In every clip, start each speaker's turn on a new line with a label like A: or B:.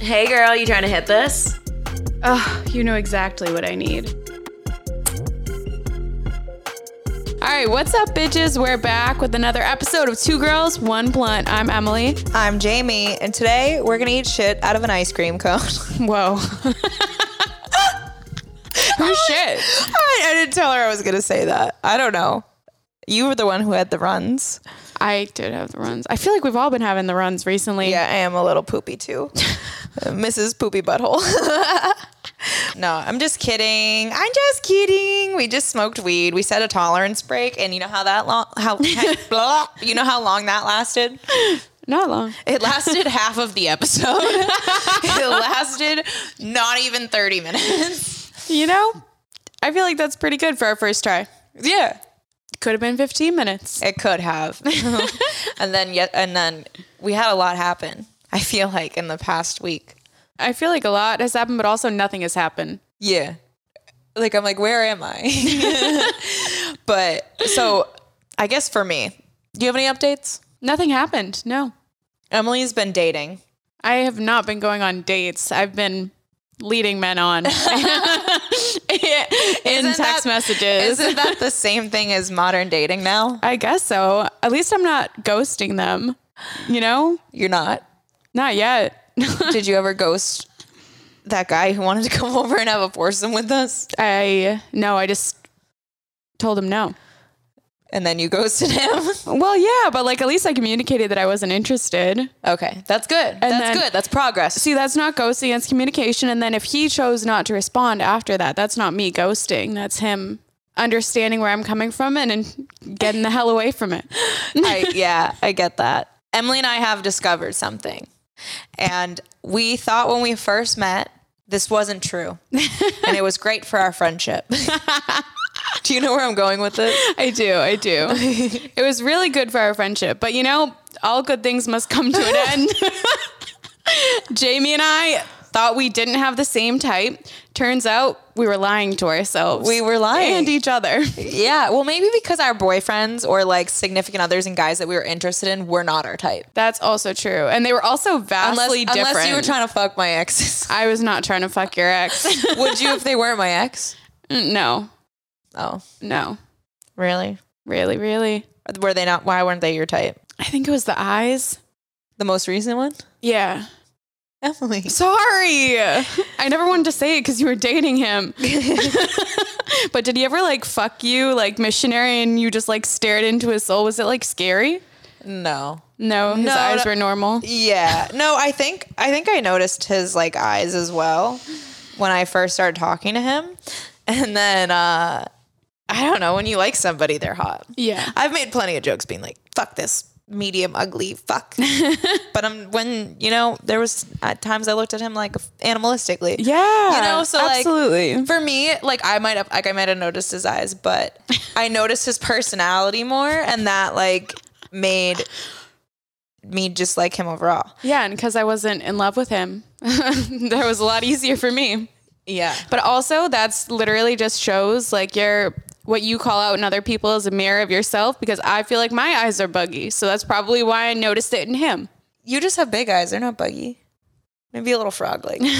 A: Hey girl, you trying to hit this?
B: Oh, you know exactly what I need. All right, what's up, bitches? We're back with another episode of Two Girls, One Blunt. I'm Emily.
C: I'm Jamie, and today we're gonna eat shit out of an ice cream cone.
B: Whoa. oh, shit.
C: I, I didn't tell her I was gonna say that. I don't know. You were the one who had the runs.
B: I did have the runs. I feel like we've all been having the runs recently.
C: Yeah, I am a little poopy too. Mrs. Poopy Butthole. no, I'm just kidding. I'm just kidding. We just smoked weed. We set a tolerance break, and you know how that long how blah, you know how long that lasted?
B: Not long.
C: It lasted half of the episode. it lasted not even 30 minutes.
B: You know, I feel like that's pretty good for our first try.
C: Yeah.
B: Could have been 15 minutes.
C: It could have. and then yet and then we had a lot happen. I feel like in the past week.
B: I feel like a lot has happened, but also nothing has happened.
C: Yeah. Like I'm like where am I? but so I guess for me, do you have any updates?
B: Nothing happened. No.
C: Emily's been dating.
B: I have not been going on dates. I've been leading men on in
C: Isn't
B: text
C: that-
B: messages.
C: Isn't that the same thing as modern dating now?
B: I guess so. At least I'm not ghosting them. You know?
C: You're not.
B: Not yet.
C: Did you ever ghost that guy who wanted to come over and have a foursome with us?
B: I no, I just told him no.
C: And then you ghosted him?
B: Well, yeah, but like at least I communicated that I wasn't interested.
C: Okay. That's good.
B: then-
C: that's good. That's progress.
B: See, that's not ghosting, it's communication. And then if he chose not to respond after that, that's not me ghosting. That's him understanding where I'm coming from and, and getting the hell away from it.
C: I, yeah, I get that. Emily and I have discovered something. And we thought when we first met, this wasn't true. and it was great for our friendship. Do you know where I'm going with this?
B: I do, I do. it was really good for our friendship, but you know, all good things must come to an end. Jamie and I thought we didn't have the same type. Turns out we were lying to ourselves.
C: We were lying.
B: and each other.
C: Yeah. Well, maybe because our boyfriends or like significant others and guys that we were interested in were not our type.
B: That's also true. And they were also
C: Unless,
B: vastly different.
C: unless you were trying to fuck my exes.
B: I was not trying to fuck your ex.
C: Would you if they weren't my ex?
B: Mm, no,
C: Oh,
B: no,
C: really?
B: really, really.
C: Were they not? Why weren't they your type?
B: I think it was the eyes.
C: The most recent one?
B: Yeah.
C: Emily.
B: Sorry. I never wanted to say it because you were dating him. but did he ever like fuck you, like missionary, and you just like stared into his soul? Was it like scary?
C: No.
B: No, his
C: No,
B: eyes
C: no.
B: were normal.
C: Yeah. No, I think I think I noticed his like eyes as well when I first started talking to him. And then uh I don't know, when you like somebody they're hot.
B: Yeah.
C: I've made plenty of jokes being like, fuck this medium ugly fuck. but um when, you know, there was at times I looked at him like animalistically.
B: Yeah.
C: You know, so like-
B: absolutely.
C: For me, like I might have, like I might have noticed his eyes, but I noticed his personality more, and that like made me just like him overall.
B: yeah, and because I wasn't in love with him, that was a lot easier for me.
C: Yeah,
B: But also, that's literally just shows like your what you call out in other people is a mirror of yourself. Because I feel like my eyes are buggy, so that's probably why I noticed it in him.
C: you just have big eyes; they're not buggy. Maybe a little frog like. no,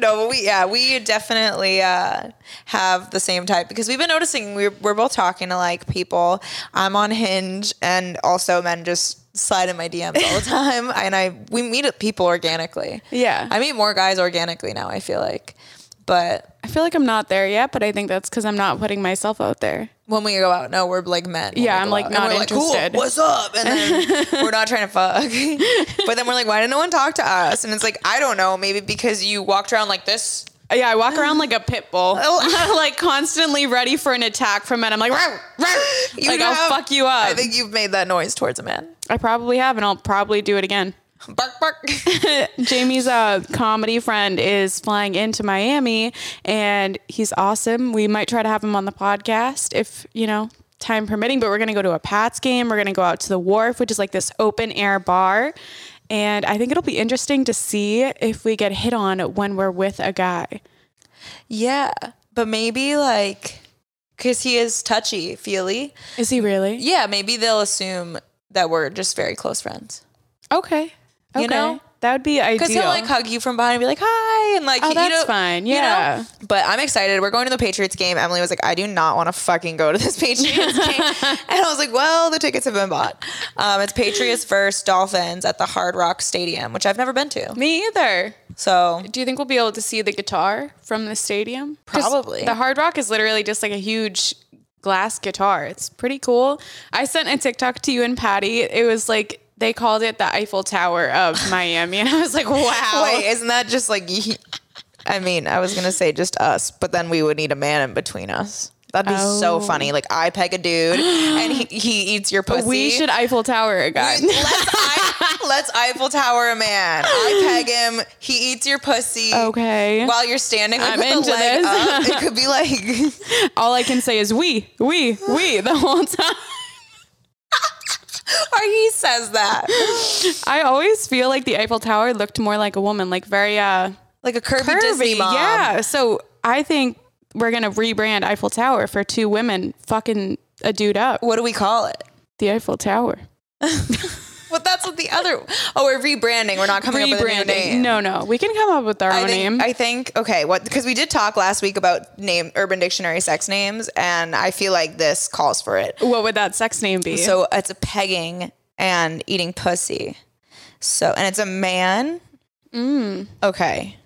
C: but we yeah we definitely uh, have the same type because we've been noticing we're we're both talking to like people. I'm on Hinge, and also men just slide in my DMs all the time, and I we meet people organically.
B: Yeah,
C: I meet more guys organically now, I feel like. But
B: I feel like I'm not there yet, but I think that's because I'm not putting myself out there.
C: when we go out, no, we're like men. when
B: Yeah,
C: we
B: I'm,
C: go
B: like,
C: out.
B: not
C: and we're Like,
B: interested.
C: cool, what's up? And then we're not trying to fuck. but then we're like, why did no one talk to us? And it's like, I don't know, maybe because you walked around like this.
B: Yeah, I walk around like a pit bull, like constantly ready for an attack from men. I'm like, "Row, row."
C: You
B: Like, I'll fuck you up.
C: I think you've made that noise towards a man.
B: I probably have, and I'll probably do it again.
C: Bark, bark.
B: Jamie's uh, comedy friend is flying into Miami, and he's awesome. We might try to have him on the podcast if you know time permitting. But we're gonna go to a Pats game. We're gonna go out to the Wharf, which is like this open air bar, and I think it'll be interesting to see if we get hit on when we're with a guy.
C: yeah, but maybe like, because he is touchy feely.
B: Is he really?
C: Yeah, maybe they'll assume that we're just very close friends.
B: Okay. Okay.
C: You know?
B: that would be ideal.
C: Because he'll like hug you from behind and be like, hi. And like,
B: Oh,
C: you
B: that's
C: know-
B: fine.
C: you know?
B: Yeah.
C: But I'm excited. We're going to the Patriots game. Emily was like, I do not want to fucking go to this Patriots game. and I was like, well, the tickets have been bought. Um, it's Patriots versus Dolphins at the Hard Rock Stadium, which I've never been to.
B: Me either.
C: So
B: Do you think we'll be able to see the guitar from the stadium? 'Cause
C: Probably.
B: The Hard Rock is literally just like a huge glass guitar. It's pretty cool. I sent a TikTok to you and Patty. It was like they called it the Eiffel Tower of Miami, and I was like, wow.
C: wait, isn't that just like, I mean, I was going to say just us, but then we would need a man in between us. That'd be so
B: Oh.
C: funny. Like I peg a dude and he, he eats your pussy.
B: we should Eiffel Tower a guy.
C: let's, I, let's Eiffel Tower a man. I peg him. He eats your pussy.
B: Okay.
C: While you're standing like,
B: I'm
C: with
B: into
C: the leg
B: this.
C: up, it could be like
B: All I can say is we, we, we the whole time.
C: or he says that
B: I always feel like the Eiffel Tower looked more like a woman, like very uh
C: like a curvy, Disney
B: curvy.
C: mom.
B: Yeah. So I think we're gonna rebrand Eiffel Tower for two women fucking a dude up.
C: What do we call it?
B: The Eiffel Tower.
C: Well, that's what the other. Oh, we're rebranding. We're not coming up with a new
B: Rebranding.
C: name.
B: No, no. We can come up with our
C: I
B: own
C: think,
B: name.
C: I think okay. What because we did talk last week about name Urban Dictionary sex names, and I feel like this calls for it.
B: what would that sex name be?
C: So it's a pegging and eating pussy. So and it's a man. Okay.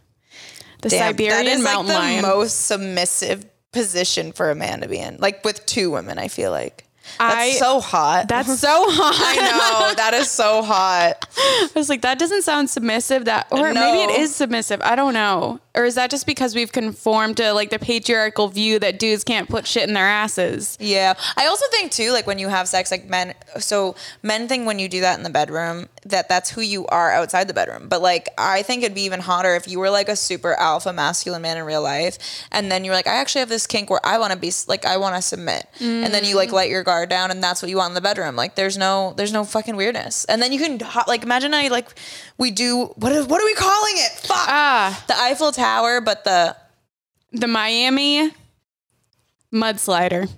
B: the
C: Mm. Damn,
B: Siberian
C: that is
B: mountain
C: like the
B: lion.
C: most submissive position for a man to be in. Like with two women, I feel like. That's
B: I-
C: so hot.
B: That's so hot.
C: I know. That is so hot.
B: I was like, that doesn't sound submissive. That or
C: No.
B: maybe it is submissive. I don't know. Or is that just because we've conformed to like the patriarchal view that dudes can't put shit in their asses?
C: Yeah. I also think too, like when you have sex, like men, so men think when you do that in the bedroom that that's who you are outside the bedroom. But like, I think it'd be even hotter if you were like a super alpha masculine man in real life, and then you're like, I actually have this kink where I want to be s- like, I want to submit, and then you like let your guard down, and that's what you want in the bedroom. Like, there's no, there's no fucking weirdness, and then you can hot, like imagine I like we do what is, what are we calling it? Fuck
B: Ah.
C: the Eiffel Tower, but the
B: The Miami mudslider.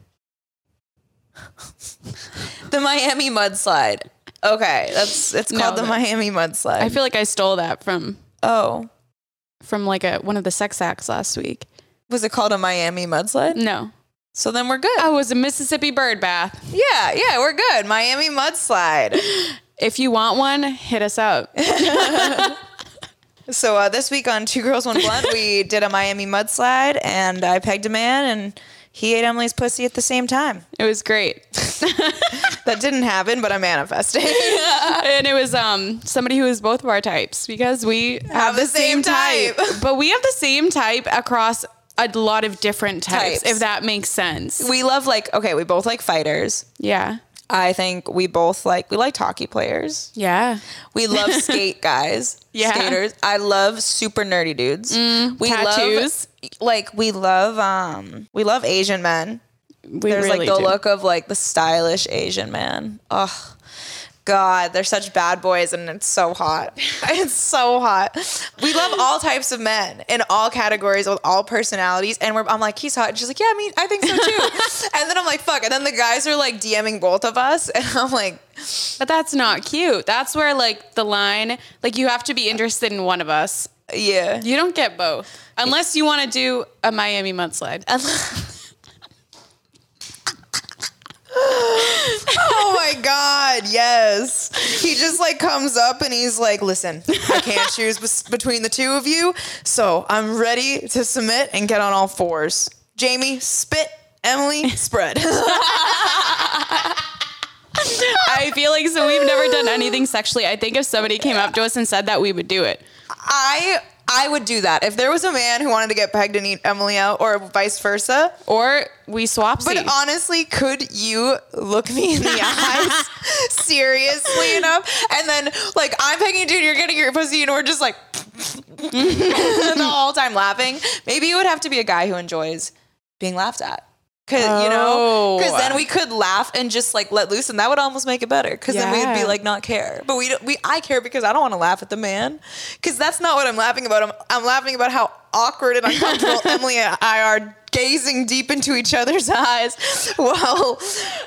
C: the Miami mudslide. Okay, that's it's
B: No,
C: called the
B: that-
C: Miami mudslide.
B: I feel like I stole that from
C: Oh,
B: from like a one of the sex acts last week.
C: was it called a Miami mudslide?
B: No.
C: So then we're good.
B: Oh, it was a Mississippi bird bath.
C: Yeah, yeah, we're good. Miami mudslide.
B: If you want one, hit us up.
C: so uh, this week on Two Girls One Blunt, we did a Miami mudslide, and I pegged a man, and he ate Emily's pussy at the same time.
B: It was great.
C: That didn't happen, but I manifested.
B: and it was um somebody who was both of our types because we have, the, same, type. but we have the same type across a lot of different types,
C: Types.
B: if that makes sense.
C: we love like okay, we both like fighters.
B: Yeah.
C: I think we both like we like hockey players.
B: Yeah.
C: We love skate guys,
B: Yeah. Mm,
C: skaters. I love super nerdy dudes. we
B: tattoos.
C: love like we love um we love Asian men.
B: We
C: There's
B: really
C: like the
B: do.
C: look of like the stylish Asian man. Oh God, they're such bad boys and it's so hot. It's so hot. We love all types of men in all categories with all personalities. And we're I'm like, he's hot. And she's like, Yeah, I mean, I think so too. and then I'm like, fuck. And then the guys are like DMing both of us. And I'm like,
B: But that's not cute. That's where like the line like you have to be interested in one of us.
C: yeah.
B: You don't get both. Unless you want to do a Miami mudslide.
C: Oh my God, yes. He just like comes up and he's like, listen, I can't choose bes- between the two of you, so I'm ready to submit and get on all fours. Jamie, spit. Emily, spread.
B: I feel like so we've never done anything sexually. I think if somebody came up to us and said that we would do it.
C: I I would do that if there was a man who wanted to get pegged and eat Emily out, or vice versa.
B: Or we swap
C: But
B: seats.
C: honestly, could you look me in the eyes seriously enough? And then, like, I'm pegging, dude, you're getting your pussy, and we're just like the whole time laughing. Maybe it would have to be a guy who enjoys being laughed at. Cause you know, because
B: Oh.
C: then we could laugh and just like let loose, and that would almost make it better. Because then we'd be
B: Yeah.
C: like not care, but we don't, we I care because I don't want to laugh at the man. Because that's not what I'm laughing about. I'm, I'm laughing about how awkward and uncomfortable Emily and I are gazing deep into each other's eyes while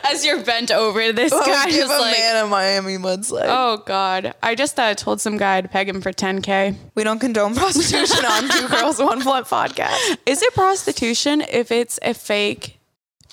B: As you're bent over this guy,
C: Oh, give
B: just
C: a
B: like,
C: man a Miami mudslide.
B: oh god. I just uh, told some guy to peg him for 10k.
C: We don't condone prostitution on Two Girls One Blunt podcast.
B: Is it prostitution if it's a fake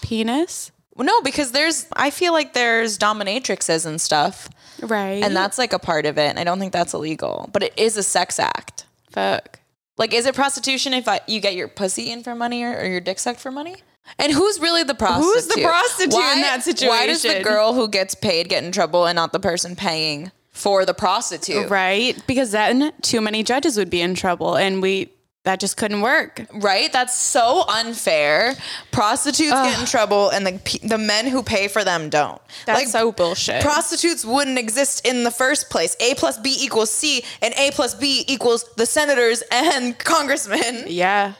B: penis?
C: No, because there's I feel like there's dominatrixes and stuff,
B: Right.
C: and that's like a part of it. And I don't think that's illegal, but it is a sex act.
B: fuck.
C: Like, is it prostitution if I, you get your pussy in for money or, or your dick sucked for money? And who's really the prostitute?
B: Who's the prostitute in that
C: Why does the
B: situation?
C: girl who gets paid get in trouble and not the person paying for the prostitute?
B: Right? Because then too many judges would be in trouble and we that just couldn't work.
C: Right? That's so unfair. Prostitutes get in trouble, and the pe- the men who pay for them don't.
B: That's so bullshit.
C: Prostitutes wouldn't exist in the first place. A plus B equals C, and A plus B equals the senators and congressmen.
B: yeah,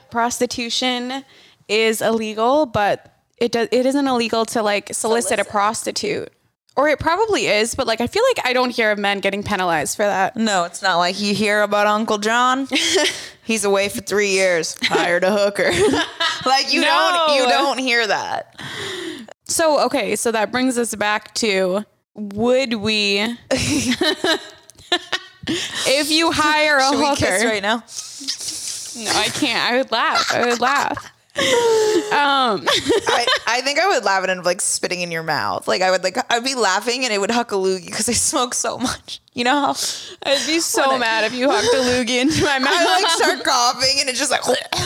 B: prostitution is illegal, but it does it isn't illegal to like solicit, a
C: Solicit.
B: prostitute. Or it probably is, but like I feel like I don't hear of men getting penalized for that.
C: No, it's not like you hear about Uncle John. He's away for three years, hired a hooker. like you don't you
B: No.
C: don't hear that.
B: So, okay, so that brings us back to would we if you hire a
C: Should we
B: hooker
C: kiss right now?
B: No, I can't. I would laugh. I would laugh. Um,
C: I, I think I would laugh at it and like spitting in your mouth. Like I would like I'd be laughing and it would huckaloogie because I smoke so much. You know how
B: I'd be so mad if you hocked a loogie into my mouth.
C: I like start coughing and it's just like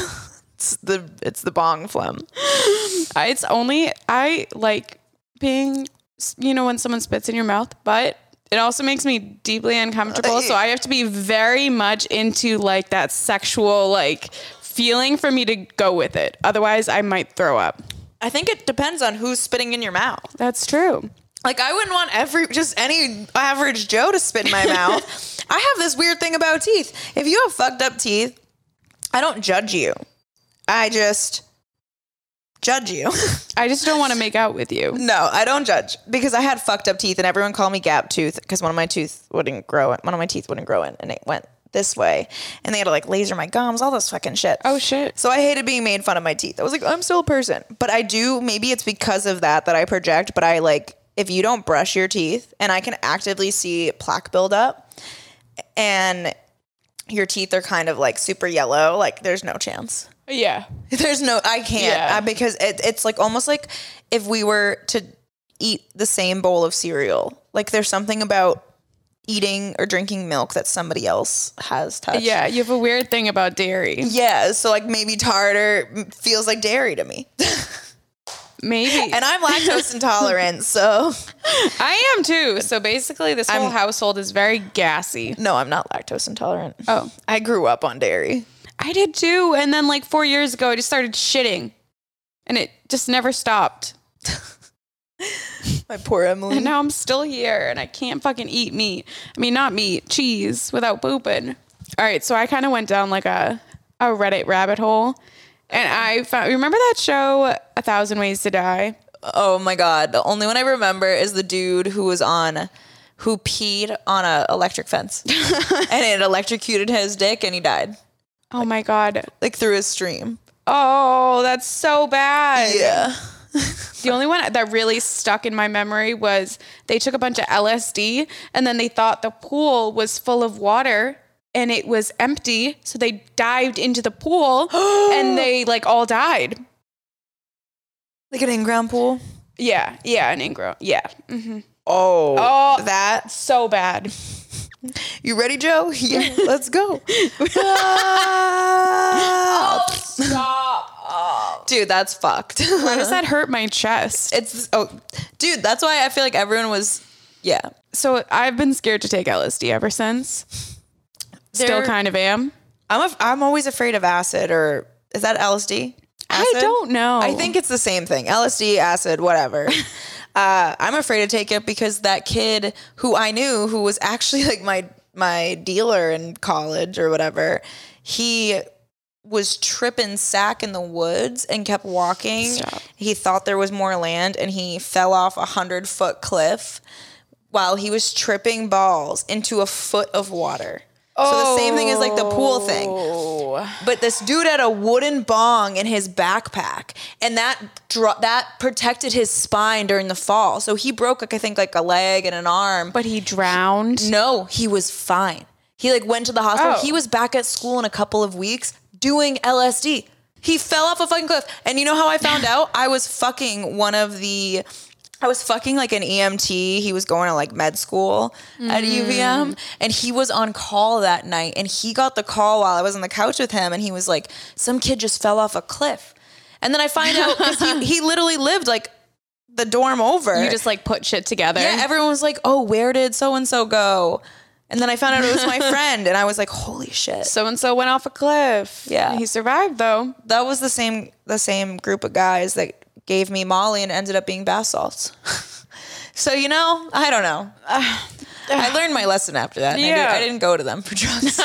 C: it's the it's the bong phlegm.
B: it's only I like being, you know, when someone spits in your mouth, but it also makes me deeply uncomfortable. So I have to be very much into like that sexual like feeling for me to go with it. Otherwise, I might throw up.
C: I think it depends on who's spitting in your mouth.
B: That's true.
C: Like I wouldn't want every just any average Joe to spit in my mouth. I have this weird thing about teeth. If you have fucked up teeth, I don't judge you. I just judge you.
B: I just don't want to make out with you.
C: No, I don't judge because I had fucked up teeth, and everyone called me gap tooth because one of my tooth wouldn't grow. One of my teeth wouldn't grow in, and it went this way, and they had to like laser my gums, all this fucking shit.
B: Oh shit.
C: So I hated being made fun of my teeth. I was like, I'm still a person, but I do. Maybe it's because of that that I project. But I like if you don't brush your teeth, and I can actively see plaque buildup, and your teeth are kind of like super yellow. Like there's no chance.
B: Yeah.
C: There's no, I can't
B: Yeah.
C: I- because it, it's like almost like if we were to eat the same bowl of cereal. Like there's something about eating or drinking milk that somebody else has touched.
B: Yeah. You have a weird thing about dairy.
C: Yeah. So like maybe tartar feels like dairy to me,
B: Maybe.
C: and I'm lactose intolerant. So
B: I am too. So basically, this whole household is very gassy.
C: no, I'm not lactose intolerant.
B: Oh,
C: I grew up on dairy.
B: I did too. And then, like, four years ago, I just started shitting and it just never stopped.
C: My poor Emily.
B: And now I'm still here and I can't fucking eat meat. I mean, not meat, cheese without pooping. All right. So I kind of went down like a, a Reddit rabbit hole. And I found, remember that show, A Thousand Ways to Die?
C: Oh my god. The only one I remember is the dude who was on who peed on a electric fence. and it electrocuted his dick and he died.
B: Oh my God.
C: Like through his stream.
B: Oh, that's so bad.
C: Yeah.
B: The only one that really stuck in my memory was they took a bunch of LSD and then they thought the pool was full of water and it was empty. So they dived into the pool and they like all died.
C: Like an in-ground pool.
B: Yeah. Yeah. And Ingram. Yeah. hmm
C: Oh.
B: Oh.
C: That. Uh-huh.
B: So bad.
C: You ready, Joe? Yeah. Let's go. Ah.
B: Stop.
C: dude, that's fucked.
B: Why does that hurt my chest?
C: it's oh dude, that's why I feel like everyone was yeah.
B: So I've been scared to take LSD ever since. Still
C: There-
B: kind of am.
C: I'm a, I'm always afraid of acid or is that LSD?
B: I
C: Acid?
B: don't know.
C: I think it's the same thing. LSD, acid, whatever. uh, I'm afraid to take it because that kid who I knew, who was actually like my my dealer in college or whatever, he was tripping sack in the woods and kept walking.
B: Stop.
C: He thought there was more land and he fell off a hundred foot cliff while he was tripping balls into a foot of water. So the same thing as like the pool thing. But this dude had a wooden bong in his backpack, and that dro- that protected his spine during the fall. So he broke like I think like a leg and an arm.
B: But he drowned.
C: No, he was fine. He like went to the hospital.
B: Oh.
C: He was back at school in a couple of weeks doing LSD. He fell off a fucking cliff. And you know how I found out? I was fucking one of the I was fucking like an EMT. He was going to like med school at
B: Mm.
C: UVM and he was on call that night and he got the call while I was on the couch with him and he was like some kid just fell off a cliff. And then I find out 'cause he, he literally lived like the dorm over.
B: You just like put shit together.
C: Yeah, everyone was like, "Oh, where did so and so go?" And then I found out it was my friend, and I was like, "Holy shit!"
B: So and so went off a cliff.
C: Yeah.
B: He survived though.
C: That was the same the same group of guys that gave me Molly and ended up being bath salts. so you know, I don't know. I learned my lesson after that. and I, did,
B: Yeah.
C: I didn't go to them for drugs.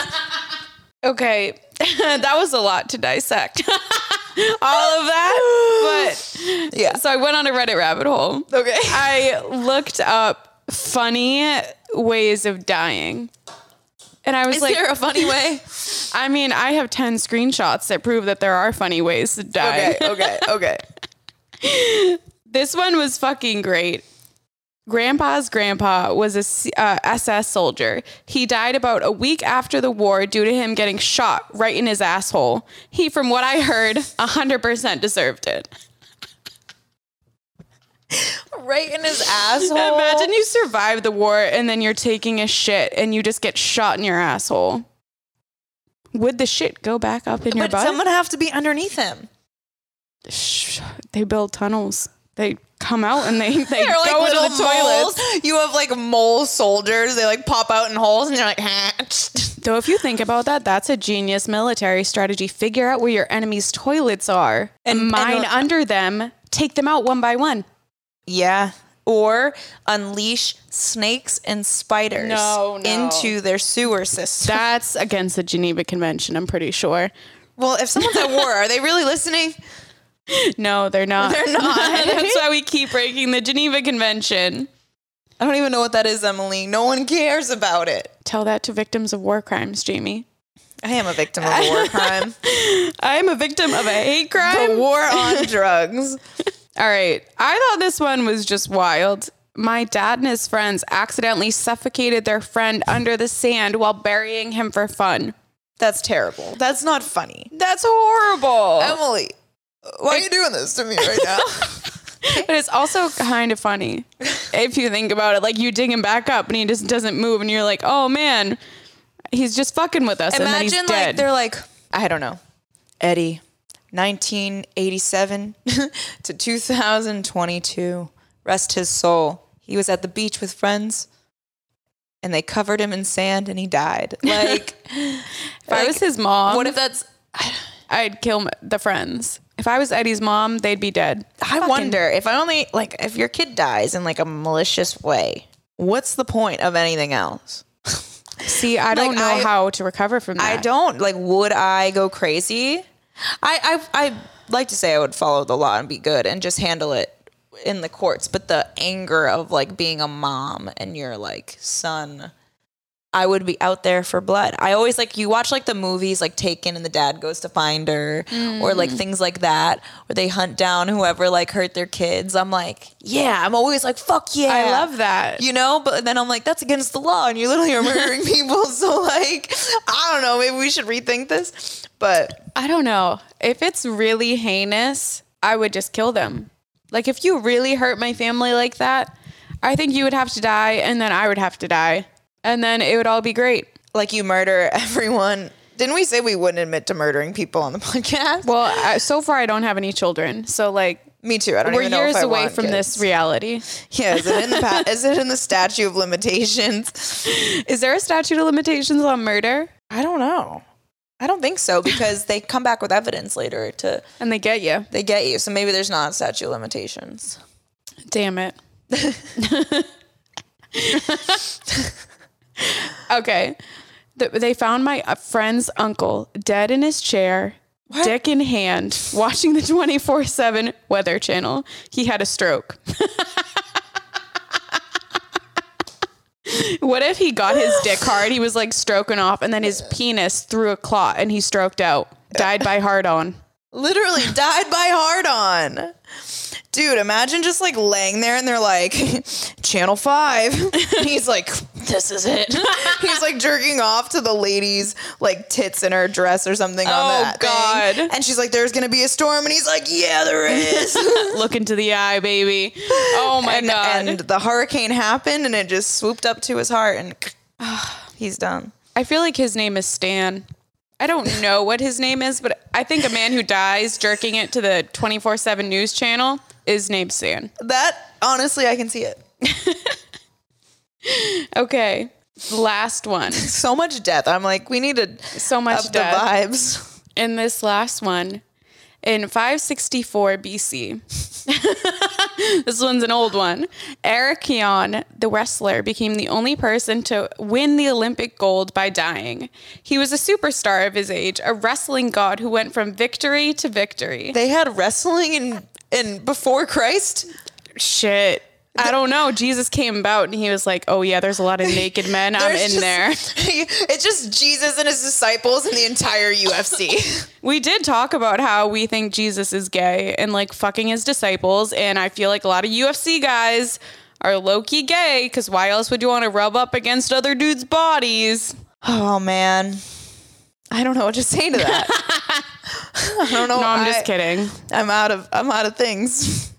B: Okay. that was a lot to dissect. All of that. But
C: yeah.
B: so I went on a Reddit rabbit hole.
C: Okay.
B: I looked up funny ways of dying. And I was
C: Is
B: like,
C: there a funny way?
B: I mean, I have 10 screenshots that prove that there are funny ways to die.
C: okay, okay.
B: This one was fucking great. Grandpa's grandpa was a S- uh, SS soldier. He died about a week after the war due to him getting shot right in his asshole. He, from what I heard, 100% deserved it.
C: Right in his asshole.
B: Imagine you survive the war and then you're taking a shit and you just get shot in your asshole. Would the shit go back up in your
C: But
B: butt?
C: someone have to be underneath him.
B: Shh, they build tunnels. They come out and they, they
C: They're like
B: go
C: little
B: into the toilets.
C: moles. You have like mole soldiers. They like pop out in holes, and they're like, "Huh."
B: Though, if you think about that, that's a genius military strategy. Figure out where your enemy's toilets are and mine
C: and-
B: under them. Take them out one by one.
C: yeah. Or unleash snakes and spiders
B: No, no.
C: into their sewer system.
B: That's against the Geneva Convention, I'm pretty sure.
C: well, if someone's at war, are they really listening?
B: No, they're not.
C: They're not.
B: that's why we keep breaking the Geneva Convention.
C: I don't even know what that is, Emily. No one cares about it.
B: Tell that to victims of war crimes, Jamie.
C: I am a victim of a war crime.
B: I am a victim of a hate crime.
C: the war on drugs.
B: All right. I thought this one was just wild. My dad and his friends accidentally suffocated their friend under the sand while burying him for fun.
C: That's terrible. That's not funny.
B: That's horrible.
C: Emily, why are you doing this to me right now?
B: But it's also kind of funny if you think about it. Like you dig him back up and he just doesn't move, and you're like, oh man, he's just fucking with us. and then he's
C: Imagine like
B: dead.
C: they're like, I don't know, Eddie, 1987 to 2022. Rest his soul. He was at the beach with friends, and they covered him in sand, and he died. Like,
B: if I was his mom,
C: what if that's?
B: I'd kill m- the friends. If I was Eddie's mom, they'd be dead.
C: I wonder if I only like if your kid dies in like a malicious way. What's the point of anything else?
B: See, I don't know
C: I-
B: how to recover from that.
C: I don't like. Would I go crazy? I I I like to say I would follow the law and be good and just handle it in the courts. But the anger of like being a mom and your like son, I would be out there for blood. I always like you watch like the movies like Taken and the dad goes to find her or
B: Mm.
C: like things like that where they hunt down whoever like hurt their kids. I'm like, yeah, I'm always like, fuck yeah,
B: I love that.
C: you know but then i'm like that's against the law and you literally are murdering people so like i don't know maybe we should rethink this but
B: I don't know. If it's really heinous, I would just kill them. Like if you really hurt my family like that, I think you would have to die and then I would have to die. And then it would all be great.
C: like you murder everyone didn't we say we wouldn't admit to murdering people on the podcast
B: Well, I, so far I don't have any children. So like
C: me too i don't
B: we're
C: even know if
B: years
C: I
B: away
C: want
B: from
C: kids.
B: this reality.
C: yeah is it in the pa- is it in the statute of limitations
B: Is there a statute of limitations on murder?
C: i don't know i don't think so because they come back with evidence later to
B: And they get you.
C: they get you so maybe there's not a statute of limitations
B: Damn it. okay. Th- they found my uh, friend's uncle dead in his chair, dick in hand, watching the 24 7 Weather Channel. He had a stroke. What if he got his dick hard? He was like stroking off, and then his penis threw a clot, and he stroked out, died by hard on.
C: Literally died by hard on. Dude, imagine just like laying there and they're like, Channel 5. And he's like, this is it. he's like jerking off to the lady's like tits in her dress or something on
B: Oh,
C: that. thing.
B: God.
C: And she's like, there's going to be a storm. And he's like, yeah, there is.
B: Look into the eye, baby. Oh my
C: and,
B: Oh, god!
C: and the hurricane happened and it just swooped up to his heart and he's done.
B: I feel like his name is Stan. I don't know what his name is, but I think a man who dies jerking it to the twenty four seven news channel is named Stan.
C: That, honestly, I can see it.
B: Okay, last one.
C: So much death. I'm like, we need to
B: So much
C: up
B: death.
C: the vibes.
B: in this last one in 564 BC. this one's an old one. Eric Kion, the wrestler, became the only person to win the Olympic gold by dying. He was a superstar of his age, a wrestling god who went from victory to victory.
C: They had wrestling in in before Christ.
B: Shit. I don't know. Jesus came about and he was like, "Oh yeah, there's a lot of naked men. I'm
C: There's
B: in
C: just-
B: there."
C: it's just Jesus and his disciples and the entire UFC.
B: We did talk about how we think Jesus is gay and like fucking his disciples. And I feel like a lot of UFC guys are low key gay because why else would you want to rub up against other dudes' bodies?
C: oh man. I don't know what to say to that. I don't know.
B: No, I'm
C: I-
B: just kidding.
C: I'm out of I'm out of things.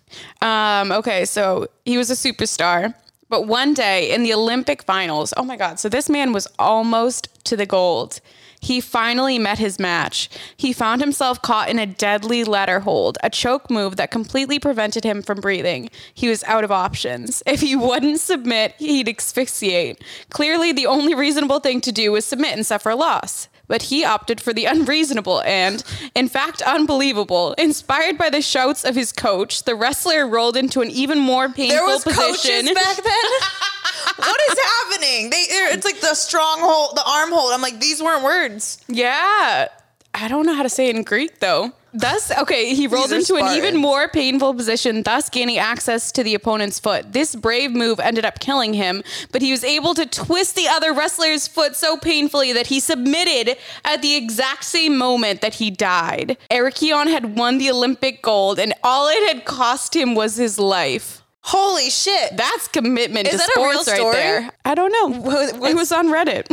B: Um, okay, so he was a superstar. But one day in the Olympic finals, oh my God, so this man was almost to the gold. He finally met his match. He found himself caught in a deadly letter hold, a choke move that completely prevented him from breathing. He was out of options. If he wouldn't submit, he'd asphyxiate. Clearly, the only reasonable thing to do was submit and suffer loss but he opted for the unreasonable and, in fact, unbelievable. Inspired by the shouts of his coach, the wrestler rolled into an even more painful
C: There was
B: position.
C: coaches back then. what is happening? They they're- it's like the stronghold, the arm hold. I'm like these weren't words.
B: yeah. I don't know how to say it in Greek though. Thus, okay, he rolled
C: are
B: into an
C: Spartans.
B: even more painful position, thus gaining access to the opponent's foot. This brave move ended up killing him, but he was able to twist the other wrestler's foot so painfully that he submitted at the exact same moment that he died. Erikion had won the Olympic gold, and all it had cost him was his life.
C: Holy shit.
B: That's commitment
C: Is
B: to
C: that a real
B: sports right
C: story?
B: there. I don't know.
C: what's-
B: it was on Reddit.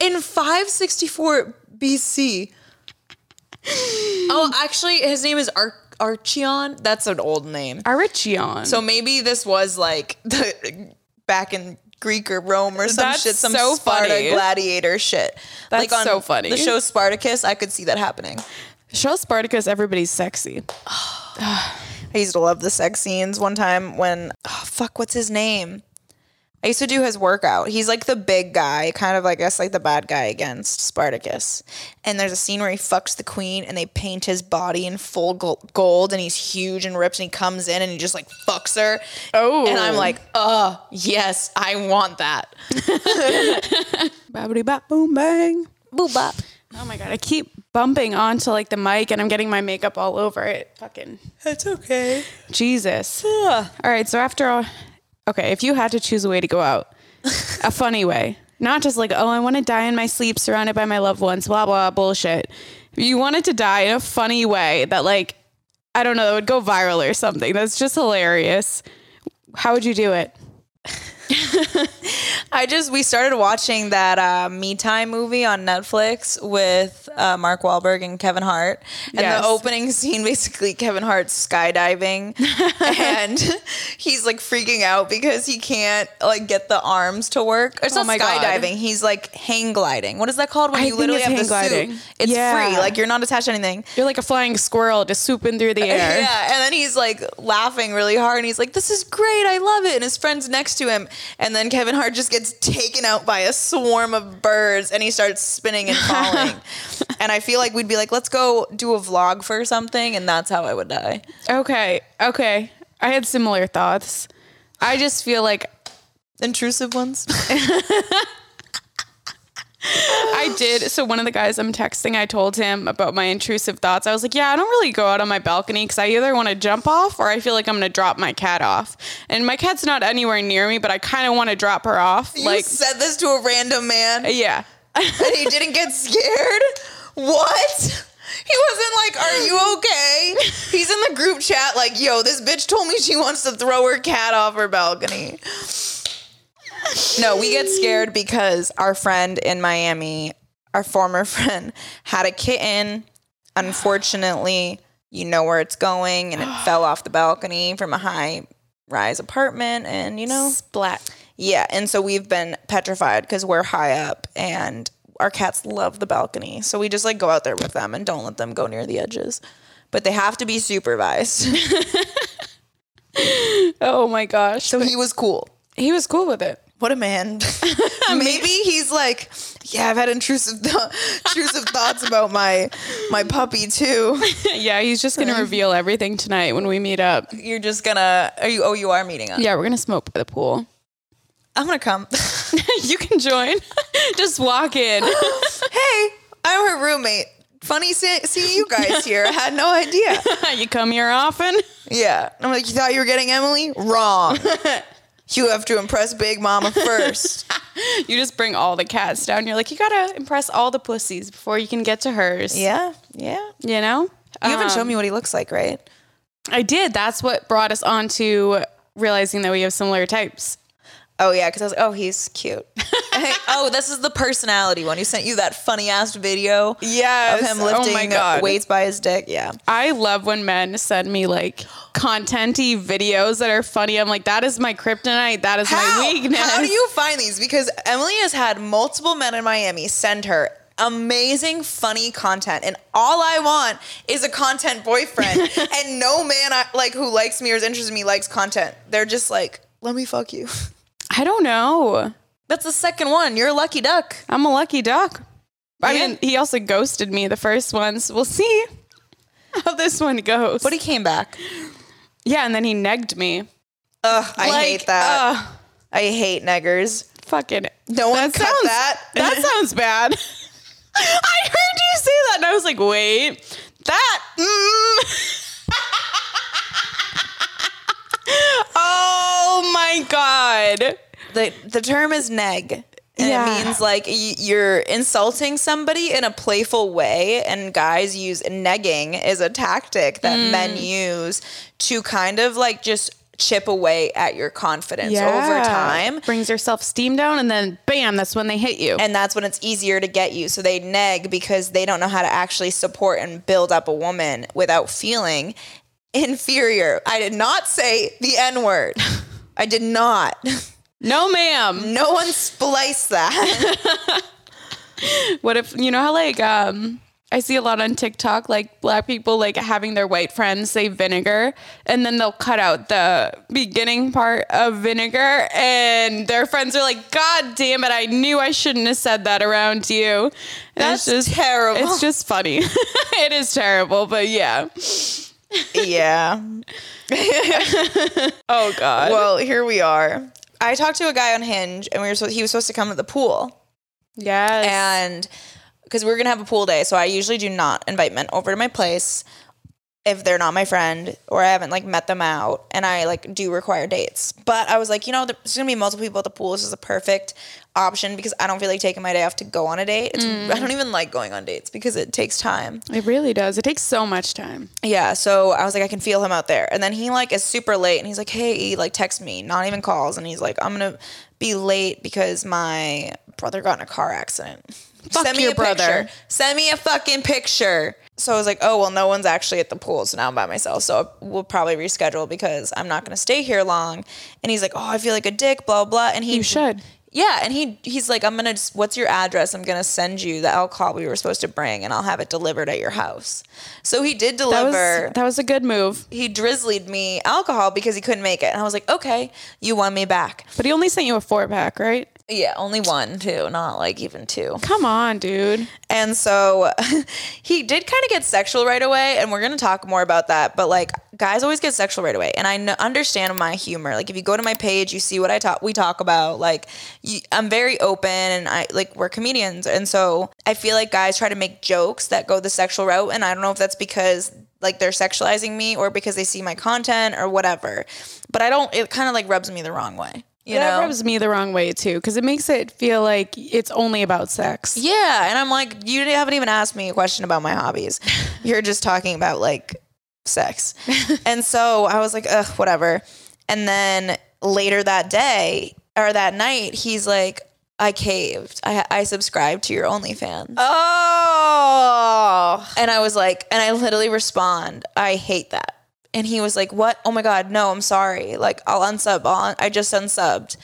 C: in 564 BC. oh, actually, his name is Ar- Archeon. That's an old name.
B: Erikion.
C: So maybe this was like the back in Greek or Rome or some
B: That's
C: shit, some
B: so
C: Sparta
B: funny.
C: gladiator shit.
B: That's so funny.
C: The show Spartacus, I could see that happening.
B: Show Spartacus, everybody's sexy.
C: I used to love the sex scenes. One time when oh fuck, what's his name? I used to do his workout. He's like the big guy, kind of I guess like the bad guy against Spartacus. And there's a scene where he fucks the queen, and they paint his body in full gol- gold, and he's huge and ripped, and he comes in and he just like fucks her.
B: Oh.
C: and I'm like, uh, yes, I want that.
B: Babbity bap boom bang.
C: Boop bop.
B: Oh my god, I keep bumping onto like the mic and I'm getting my makeup all over it. Fucking
C: That's okay.
B: Jesus. All right, so after all Okay, if you had to choose a way to go out, a funny way. Not just like, oh, I want to die in my sleep surrounded by my loved ones, blah blah bullshit. If you wanted to die in a funny way that like I don't know, that would go viral or something. That's just hilarious. How would you do it?
C: I just we started watching that uh, Me Time movie on Netflix with uh, Mark Wahlberg and Kevin Hart, and
B: Yes.
C: the opening scene basically Kevin Hart's skydiving, and he's like freaking out because he can't like get the arms to work. It's
B: Oh my
C: not
B: God.
C: skydiving; he's like hang gliding. What is that called when
B: I
C: you
B: think
C: literally
B: it's
C: have the
B: hang gliding.
C: suit? It's
B: Yeah.
C: free, like you're not attached to anything.
B: You're like a flying squirrel just swooping through the air.
C: Yeah, and then he's like laughing really hard, and he's like, "This is great, I love it." And his friend's next to him, and then Kevin Hart just gets taken out by a swarm of birds, and he starts spinning and falling. and I feel like we'd be like, "Let's go do a vlog for something," and that's how I would die.
B: Okay. Okay. I had similar thoughts. I just feel like
C: Intrusive ones.
B: I did. So one of the guys I'm texting, I told him about my intrusive thoughts. I was like, yeah, I don't really go out on my balcony because I either want to jump off or I feel like I'm going to drop my cat off. And my cat's not anywhere near me, but I kind of want to drop her off.
C: You
B: like,
C: said this to a random man and
B: yeah.
C: he didn't get scared? What? He wasn't like, Are you okay? He's in the group chat, like, Yo, this bitch told me she wants to throw her cat off her balcony. No, we get scared because our friend in Miami, our former friend, had a kitten. Unfortunately, you know where it's going, and it fell off the balcony from a high rise apartment. And, you know,
B: Splat.
C: yeah, and so we've been petrified because we're high up and our cats love the balcony. So we just like go out there with them and don't let them go near the edges. But they have to be supervised.
B: Oh my gosh.
C: so he was cool.
B: he was cool with it.
C: What a man. Maybe he's like, yeah, I've had intrusive th- intrusive thoughts about my my puppy too.
B: yeah, he's just going to reveal everything tonight when we meet up.
C: You're just gonna are you oh you are meeting up.
B: Yeah, we're going to smoke by the pool.
C: I'm gonna come.
B: you can join. just walk in.
C: hey, I'm her roommate. Funny se- seeing you guys here. I had no idea.
B: you come here often?
C: Yeah. I'm like, you thought you were getting Emily? Wrong. you have to impress Big Mama first.
B: You just bring all the cats down. You're like, you gotta impress all the pussies before you can get to hers.
C: yeah. Yeah.
B: You know? You
C: You haven't shown me what he looks like, right?
B: I did. That's what brought us on to realizing that we have similar types.
C: Oh, yeah. Cause I was like, oh, he's cute. Hey, oh, this is the personality one. He sent you that funny ass video
B: Yes.
C: of him lifting
B: oh my God.
C: weights by his dick. Yeah.
B: I love when men send me like contenty videos that are funny. I'm like, that is my kryptonite. That is my weakness.
C: How do you find these? Because Emily has had multiple men in Miami send her amazing, funny content, and all I want is a content boyfriend. and no man I, like who likes me or is interested in me likes content. They're just like, let me fuck you.
B: I don't know.
C: That's the second one. You're a lucky duck.
B: I'm a lucky duck. I
C: Yeah.
B: mean, he also ghosted me the first one, so we'll see how this one goes.
C: But he came back.
B: yeah, and then he negged me.
C: Ugh, I
B: Like, uh,
C: hate that.
B: ugh.
C: I hate neggers.
B: Fucking
C: No one
B: that
C: cut
B: sounds
C: that.
B: that sounds bad. I heard you say that, and I was like, wait, that. mm. oh my god!
C: the the term is neg and
B: Yeah.
C: it means like y- you're insulting somebody in a playful way and guys use negging is a tactic that men
B: Mm.
C: use to kind of like just chip away at your confidence over time
B: brings your self esteem down, and then bam, that's when they hit you.
C: and that's when it's easier to get you. So they neg because they don't know how to actually support and build up a woman without feeling inferior. I did not say the N word. I did not.
B: no, ma'am.
C: No one spliced that.
B: What if you know how like um I see a lot on TikTok like black people like having their white friends say vinegar and then they'll cut out the beginning part of vinegar and their friends are like god damn it I knew I shouldn't have said that around you. And
C: That's
B: it's just
C: terrible.
B: It's just funny. it is terrible, but yeah.
C: yeah.
B: Oh god.
C: Well, here we are. I talked to a guy on Hinge, and we were supposed, he was supposed to come to the pool,
B: yes.
C: and because we were gonna have a pool day, so I usually do not invite men over to my place if they're not my friend or I haven't like met them out, and I like do require dates. But I was like, you know, there's gonna be multiple people at the pool. This is a perfect option because I don't feel like taking my day off to go on a date. It's, I don't even like going on dates because it takes time.
B: it really does. It takes so much time.
C: Yeah, so I was like, I can feel him out there. And then he like is super late and he's like, Hey, E, like text me, not even calls. And he's like, I'm gonna be late because my brother got in a car accident.
B: Fuck your brother.
C: picture. Send me a fucking picture. So I was like, Oh well, no one's actually at the pool, so now I'm by myself. So we'll probably reschedule because I'm not gonna stay here long. And he's like, Oh, I feel like a dick, blah blah. And he
B: You should.
C: yeah, and he he's like, I'm gonna. Just, what's your address? I'm gonna send you the alcohol we were supposed to bring, and I'll have it delivered at your house. So he did
B: That
C: deliver.
B: was that was a good move.
C: he drizzled me alcohol because he couldn't make it, and I was like, okay, you won me back.
B: But he only sent you a four pack, right?
C: Yeah, only one, two, not like even two.
B: Come on, dude.
C: And so he did kind of get sexual right away, and we're gonna talk more about that. But like, guys always get sexual right away, and I kn- understand my humor. Like, if you go to my page, you see what I talk. We talk about like, you, I'm very open, and I like we're comedians, and so I feel like guys try to make jokes that go the sexual route, and I don't know if that's because like they're sexualizing me or because they see my content or whatever. But I don't. It kind of like rubs me the wrong way. You
B: that
C: know?
B: rubs me the wrong way too, because it makes it feel like it's only about sex.
C: Yeah, and I'm like, you haven't even asked me a question about my hobbies. You're just talking about like sex. and so I was like, ugh, whatever. And then later that day or that night, he's like, I caved. I I subscribed to your OnlyFans.
A: Oh.
C: And I was like, and I literally respond, I hate that. And he was like, what? Oh my God, no, I'm sorry. Like, I'll unsub. I'll un- I just unsubbed.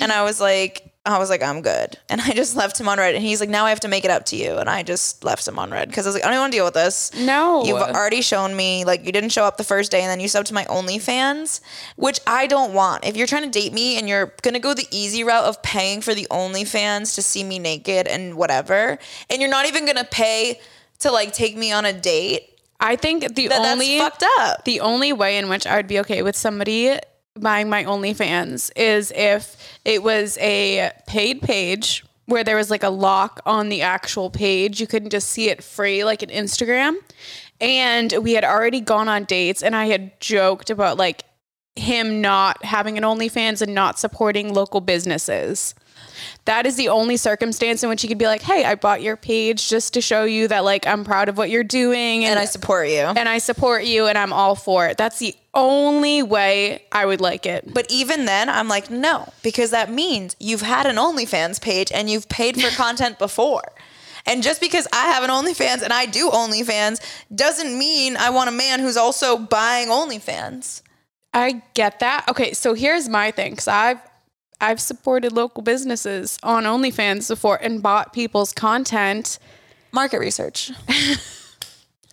C: And I was like, I was like, I'm good. And I just left him on red. And he's like, now I have to make it up to you. And I just left him on red because I was like, I don't want to deal with this.
B: No.
C: You've already shown me, like, you didn't show up the first day and then you subbed to my OnlyFans, which I don't want. If you're trying to date me and you're going to go the easy route of paying for the OnlyFans to see me naked and whatever, and you're not even going to pay to, like, take me on a date,
B: I think the
C: that-
B: only
C: that's fucked up.
B: the only way in which I would be okay with somebody buying my OnlyFans is if it was a paid page where there was like a lock on the actual page. You couldn't just see it free like an Instagram. And we had already gone on dates and I had joked about like him not having an OnlyFans and not supporting local businesses. That is the only circumstance in which you could be like, "Hey, I bought your page just to show you that like I'm proud of what you're doing
C: and I support you.
B: and I support you and I'm all for it. That's the only way I would like it.
C: But even then, I'm like, no, because that means you've had an OnlyFans page and you've paid for content before. And just because I have an OnlyFans and I do OnlyFans doesn't mean I want a man who's also buying OnlyFans.
B: I get that. Okay, so here's my thing cuz I've I've supported local businesses on OnlyFans before and bought people's content.
C: Market research.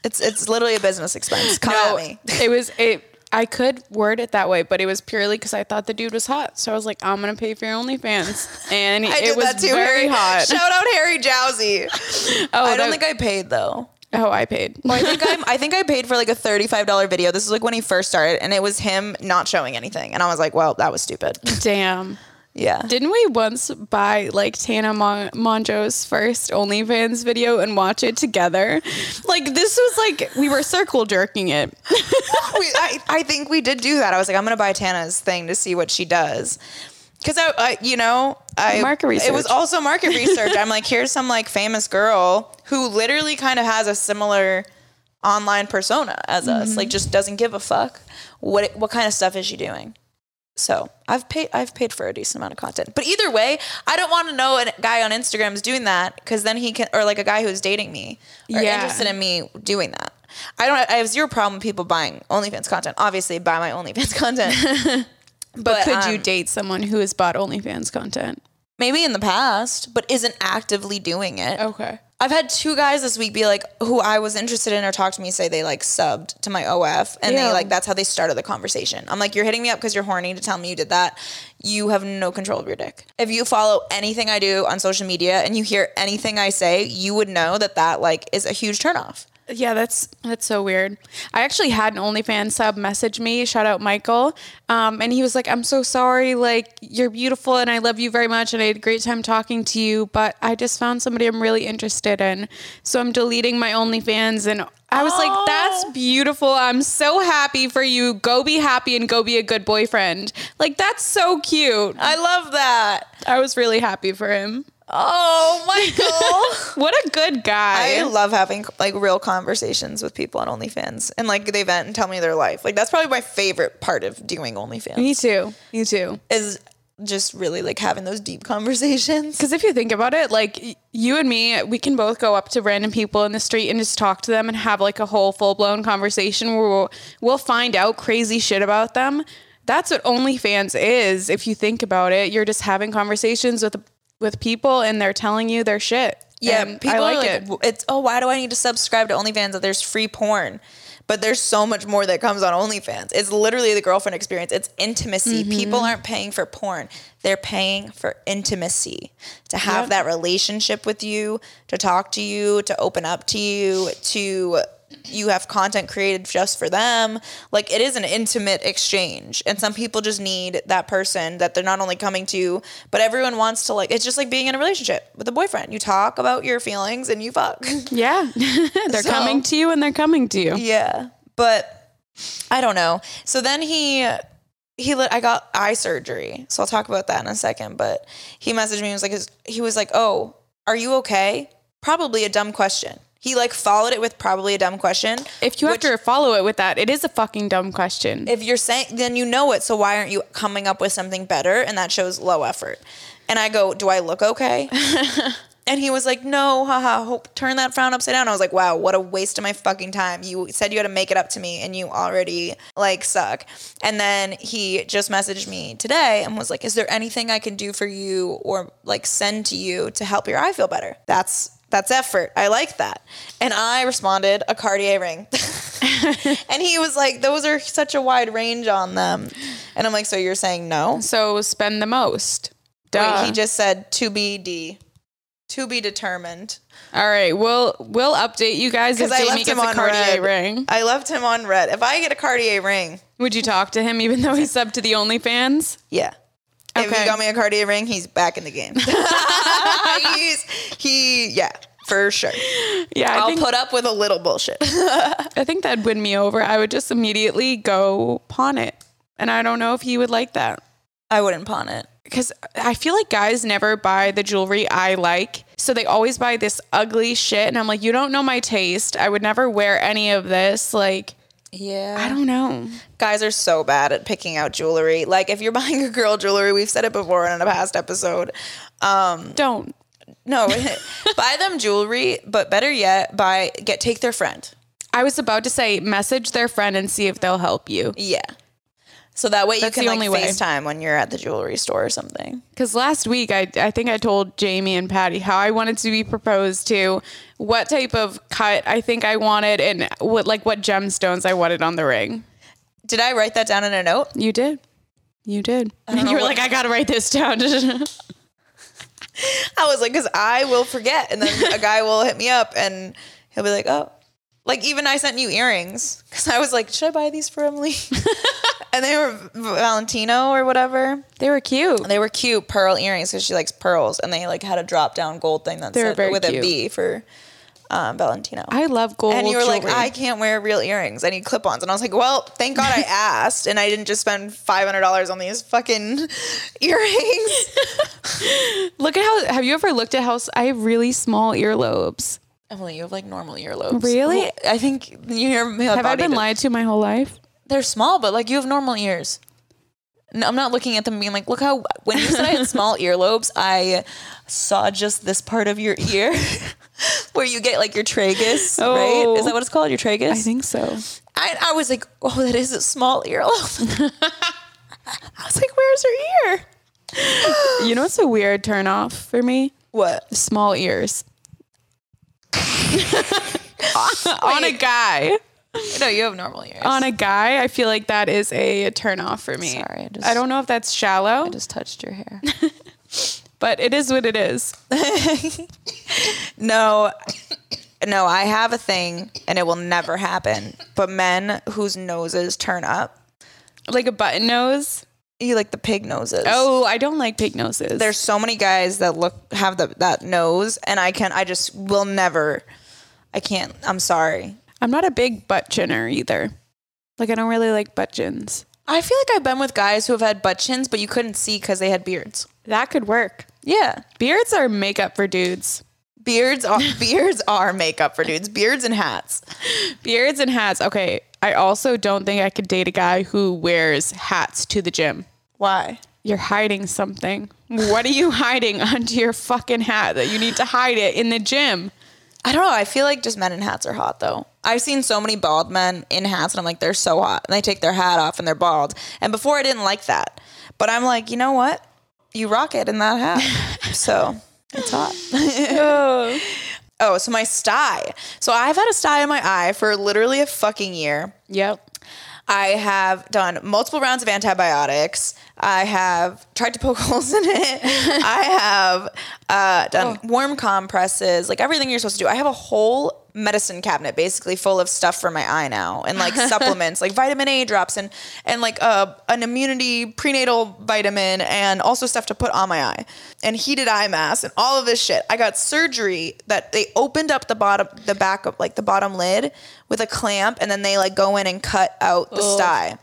C: it's it's literally a business expense. Come at me.
B: it was it I could word it that way, but it was purely because I thought the dude was hot. So I was like, I'm gonna pay for your OnlyFans, and
C: I
B: it
C: did
B: was
C: that too.
B: very
C: Harry.
B: hot.
C: Shout out Harry Jowsey.
B: oh,
C: I
B: that-
C: don't think I paid though.
B: oh, I paid.
C: I think I'm, I think I paid for like a thirty-five dollar video. This is like when he first started, and it was him not showing anything, and I was like, "Well, that was stupid."
B: Damn.
C: Yeah.
B: Didn't we once buy like Tana Mon- Monjo's first OnlyFans video and watch it together? Like this was like we were circle jerking it.
C: we, I, I think we did do that. I was like, I'm gonna buy Tana's thing to see what she does. Cause I, I you know, I
B: Market
C: It was
B: research.
C: also market research. I'm like, here's some like famous girl who literally kind of has a similar online persona as us.
B: Mm-hmm.
C: Like, just doesn't give a fuck. What what kind of stuff is she doing? So I've paid I've paid for a decent amount of content. But either way, I don't want to know a guy on Instagram is doing that because then he can or like a guy who's dating me or
B: Yeah.
C: interested in me doing that. I don't I have zero problem with people buying OnlyFans content. Obviously buy my OnlyFans content.
B: But,
C: But,
B: could you
C: um,
B: date someone who has bought OnlyFans content?
C: Maybe in the past, but isn't actively doing it.
B: Okay.
C: I've had two guys this week be like, who I was interested in or talked to me say they like subbed to my OF and they
B: Ew.
C: like that's how they started the conversation. I'm like, you're hitting me up because you're horny to tell me you did that. You have no control of your dick. If you follow anything I do on social media and you hear anything I say, you would know that that like is a huge turnoff.
B: Yeah, that's that's so weird. I actually had an OnlyFans sub message me, shout out Michael, um, and he was like, "I'm so sorry. Like, you're beautiful, and I love you very much, and I had a great time talking to you. But I just found somebody I'm really interested in, so I'm deleting my OnlyFans." And I was like, "That's beautiful. I'm so happy for you. Go be happy and go be a good boyfriend. Like, that's so cute.
C: I love that.
B: I was really happy for him.
C: Oh, Michael.
B: What a good guy.
C: I love having like real conversations with people on OnlyFans and like they vent and tell me their life. Like that's probably my favorite part of doing OnlyFans.
B: me too. Me too."
C: is just really like having those deep conversations.
B: Because if you think about it, like y- you and me, we can both go up to random people in the street and just talk to them and have like a whole full blown conversation where we'll, we'll find out crazy shit about them. That's what OnlyFans is. If you think about it, you're just having conversations with with people and they're telling you their shit.
C: Yeah,
B: and
C: people
B: I like
C: are like,
B: it.
C: "W- It's oh, why do I need to subscribe to OnlyFans that there's free porn? But there's so much more that comes on OnlyFans. It's literally the girlfriend experience. It's intimacy. People aren't paying for porn. They're paying for intimacy. To have that relationship with you, to talk to you, to open up to you, to you have content created just for them. Like it is an intimate exchange. And some people just need that person that they're not only coming to, but everyone wants to like it's just like being in a relationship with a boyfriend. You talk about your feelings and you fuck.
B: Yeah. they're
C: So-
B: coming to you and they're coming to you.
C: yeah. But I don't know. So then he he let I got eye surgery. So I'll talk about that in a second, but he messaged me and was like he was like, "Oh, are you okay?" Probably a dumb question. He like followed it with probably a dumb question.
B: If you
C: which-
B: have to follow it with that, it is a fucking dumb question.
C: if you're saying then you know it so why aren't you coming up with something better and that shows low effort and i go do i look okay and he was like no haha hope turn that frown upside down i was like wow what a waste of my fucking time you said you had to make it up to me and you already like suck and then he just messaged me today and was like is there anything i can do for you or like send to you to help your eye feel better that's that's effort i like that and i responded a cartier ring and he was like, those are such a wide range on them. And I'm like, so you're saying no?
B: so spend the most. Duh.
C: Wait, he just said to be D, to be determined.
B: All right, we'll we'll update you guys if
C: Because I
B: Jamie
C: left
B: gets
C: him
B: a
C: on
B: Cartier
C: red.
B: ring.
C: I left him on red. If I get a Cartier ring,
B: Would you talk to him even though he's up to the OnlyFans?
C: yeah. If
B: Okay.
C: he got me a Cartier ring, he's back in the game. he's, he, yeah, for sure.
B: Yeah, I
C: I'll
B: think,
C: put up with a little bullshit.
B: I think that'd win me over. I would just immediately go pawn it, and I don't know if he would like that
C: I wouldn't pawn it.
B: because I feel like guys never buy the jewelry I like, so they always buy this ugly shit, and I'm like, you don't know my taste. I would never wear any of this. Like,
C: Yeah.
B: I don't know.
C: guys are so bad at picking out jewelry. Like if you're buying a girl jewelry, we've said it before in a past episode.
B: Don't.
C: No, buy them jewelry, but better yet, buy get take their friend.
B: I was about to say message their friend and see if they'll help you.
C: Yeah. So that way
B: That's
C: you
B: the
C: can
B: only
C: like
B: way.
C: FaceTime when you're at the jewelry store or something.
B: Because last week, I, I think I told Jamie and Patty how I wanted to be proposed to, what type of cut I think I wanted, and what like what gemstones I wanted on the ring.
C: Did I write that down in a note?
B: You did, you did.
C: don't
B: And you were
C: know
B: like, I gotta write this down.
C: I was like, because I will forget, and then a guy will hit me up and he'll be like, oh, like even I sent you earrings because I was like, should I buy these for Emily? and they were Valentino or whatever.
B: they were cute.
C: They were cute pearl earrings because she likes pearls, and they like had a drop down gold thing that
B: They were
C: said
B: very
C: with a
B: cute.
C: B for um, Valentino.
B: I love gold.
C: and you were like,
B: jewelry.
C: I can't wear real earrings. I need clip-ons. And I was like, well, thank God I asked, and I didn't just spend five hundred dollars on these fucking earrings.
B: look at how. Have you ever looked at how s- I have really small earlobes?
C: Emily, you have like normal earlobes.
B: Really?
C: Well, I think you hear me.
B: Have I been lied to my whole life?
C: They're small, but like you have normal ears. No, I'm not looking at them being like, look how. When you said I had small earlobes, I saw just this part of your ear. Where you get like your tragus, right? Is
B: Oh.
C: that what it's called? Your tragus?
B: I think so.
C: I, I was like, oh, that is a small earlobe. I was like, where's her ear?
B: You know what's a weird turn off for me?
C: What?
B: Small ears. on a
C: Wait.
B: guy.
C: No, you have normal ears.
B: on a guy, I feel like that is a turnoff for me.
C: Sorry, I
B: I,
C: just-
B: don't know if that's shallow,
C: just touched your hair.
B: but it is what it is.
C: no, no, I have a thing and it will never happen. But men whose noses turn up,
B: Like a button nose.
C: you like the pig noses.
B: Oh, I don't like pig noses.
C: There's so many guys that look have the, that nose, and I can I just will never. I can't. I'm sorry.
B: I'm not a big butt chinner either. Like I don't really like butt chins.
C: I feel like I've been with guys who have had butt chins, but you couldn't see because they had beards.
B: That could work.
C: Yeah.
B: Beards are makeup for dudes.
C: Beards are beards are makeup for dudes. Beards and hats.
B: Beards and hats. Okay. I also don't think I could date a guy who wears hats to the gym.
C: Why?
B: You're hiding something. What are you hiding under your fucking hat that you need to hide it in the gym?
C: I don't know. I feel like just men in hats are hot though. I've seen so many bald men in hats and I'm like they're so hot. And they take their hat off and they're bald. And before I didn't like that. But I'm like, you know what? You rock it in that hat. so
B: It's hot.
C: Oh, so my sty. So I've had a sty in my eye for literally a fucking year.
B: yep.
C: I have done multiple rounds of antibiotics. I have tried to poke holes in it. I have uh, done warm compresses, like everything you're supposed to do. I have a whole medicine cabinet basically full of stuff for my eye now and like supplements like vitamin A drops and and like uh, an immunity prenatal vitamin and also stuff to put on my eye and heated eye masks and all of this shit. I got surgery that they opened up the bottom the back of like the bottom lid with a clamp and then they like go in and cut out the sty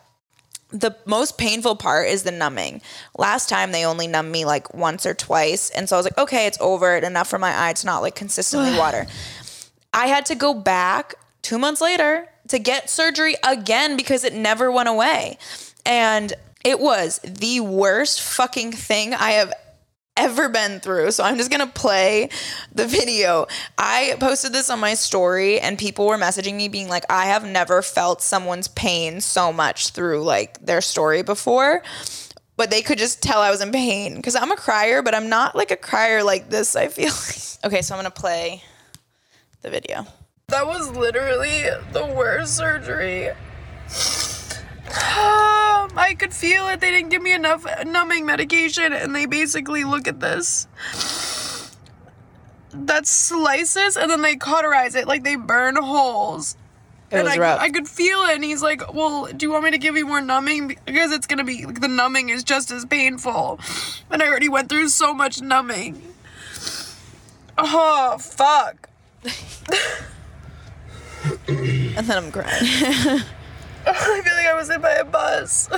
C: the most painful part is the numbing. Last time they only numbed me like once or twice. And so I was like, okay, it's over. It's enough for my eye. It's not like consistently water. I had to go back two months later to get surgery again because it never went away. And it was the worst fucking thing I have ever been through. So I'm just going to play the video. I posted this on my story and people were messaging me being like, I have never felt someone's pain so much through like their story before. But they could just tell I was in pain because I'm a crier, but I'm not like a crier like this. I feel like. Okay, so I'm going to play the video.
D: That was literally the worst surgery. Um, I could feel it. They didn't give me enough numbing medication, and they basically look at this. That slices, and then they cauterize it like they burn holes.
C: It
D: and
C: was
D: I,
C: rough.
D: I could feel it, and he's like, "Well, do you want me to give you more numbing? Because it's gonna be the numbing is just as painful." And I already went through so much numbing. Oh fuck.
C: and then I'm crying.
D: I feel like I was hit by a bus.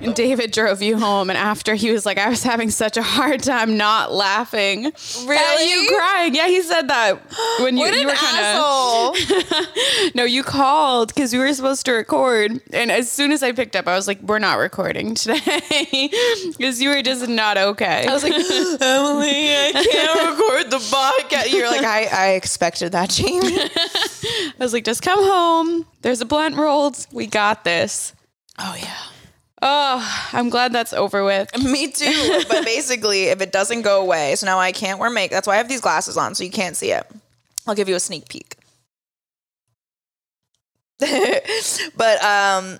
B: And David drove you home, and after he was like, I was having such a hard time not laughing. At
C: Really?
B: you crying. Yeah, he said that when you,
C: What
B: you
C: an
B: were trying
C: asshole!
B: to. No, you called because we were supposed to record. And as soon as I picked up, I was like, we're not recording today because you were just not okay.
C: I was like, Emily, I can't record the podcast. You're like, I, I expected that, Jamie.
B: I was like, just come home. There's a blunt rolled. We got this.
C: Oh yeah.
B: Oh, I'm glad that's over with.
C: Me too. But basically, if it doesn't go away, so now I can't wear makeup. That's why I have these glasses on, so you can't see it. I'll give you a sneak peek. but um,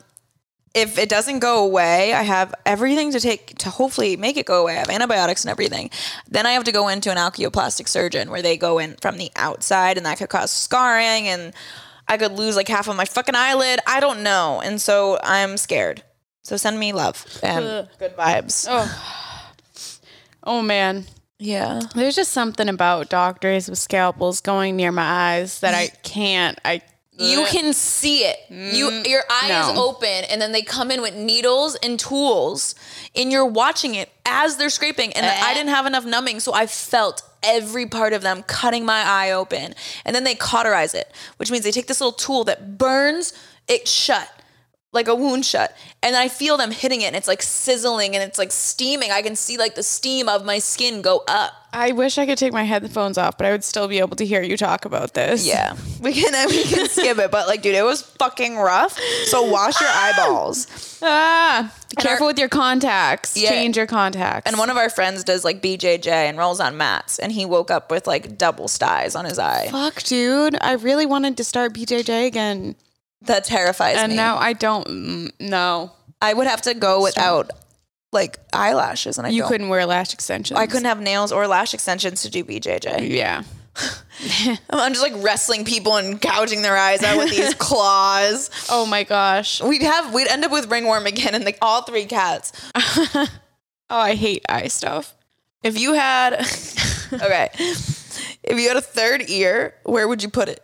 C: if it doesn't go away, I have everything to take to hopefully make it go away. I have antibiotics and everything. Then I have to go into an oculoplastic surgeon where they go in from the outside, and that could cause scarring, and I could lose like half of my fucking eyelid. I don't know, and so I'm scared. So send me love and good vibes.
B: Oh, man.
C: Yeah.
B: There's just something about doctors with scalpels going near my eyes that I can't. I
A: You can see it. You your eye is
B: no.
A: open and then they come in with needles and tools and you're watching it as they're scraping and I didn't have enough numbing so I felt every part of them cutting my eye open and then they cauterize it, which means they take this little tool that burns it shut. Like a wound shut, and I feel them hitting it, and it's like sizzling, and it's like steaming. I can see like the steam of my skin go up.
B: I wish I could take my headphones off, but I would still be able to hear you talk about this.
C: Yeah, we can we can skip it, but like, dude, it was fucking rough. So wash your eyeballs.
B: Ah, careful
C: our-
B: with your contacts.
C: Yeah.
B: Change your contacts.
C: And one of our friends does like BJJ and rolls on mats, and he woke up with like double styes on his eye.
B: fuck, dude. I really wanted to start BJJ again,
C: That terrifies
B: and
C: me.
B: now I don't. mm, No,
C: I would have to go without like eyelashes, and I
B: you
C: don't.
B: couldn't wear lash extensions.
C: I couldn't have nails or lash extensions to do BJJ.
B: Yeah.
C: I'm just like wrestling people and gouging their eyes out with these claws.
B: Oh my gosh. Oh,
C: We'd have we'd end up with ringworm again, and like all three cats.
B: Oh, I hate eye stuff.
C: If you had, okay, if you had a third ear, where would you put it?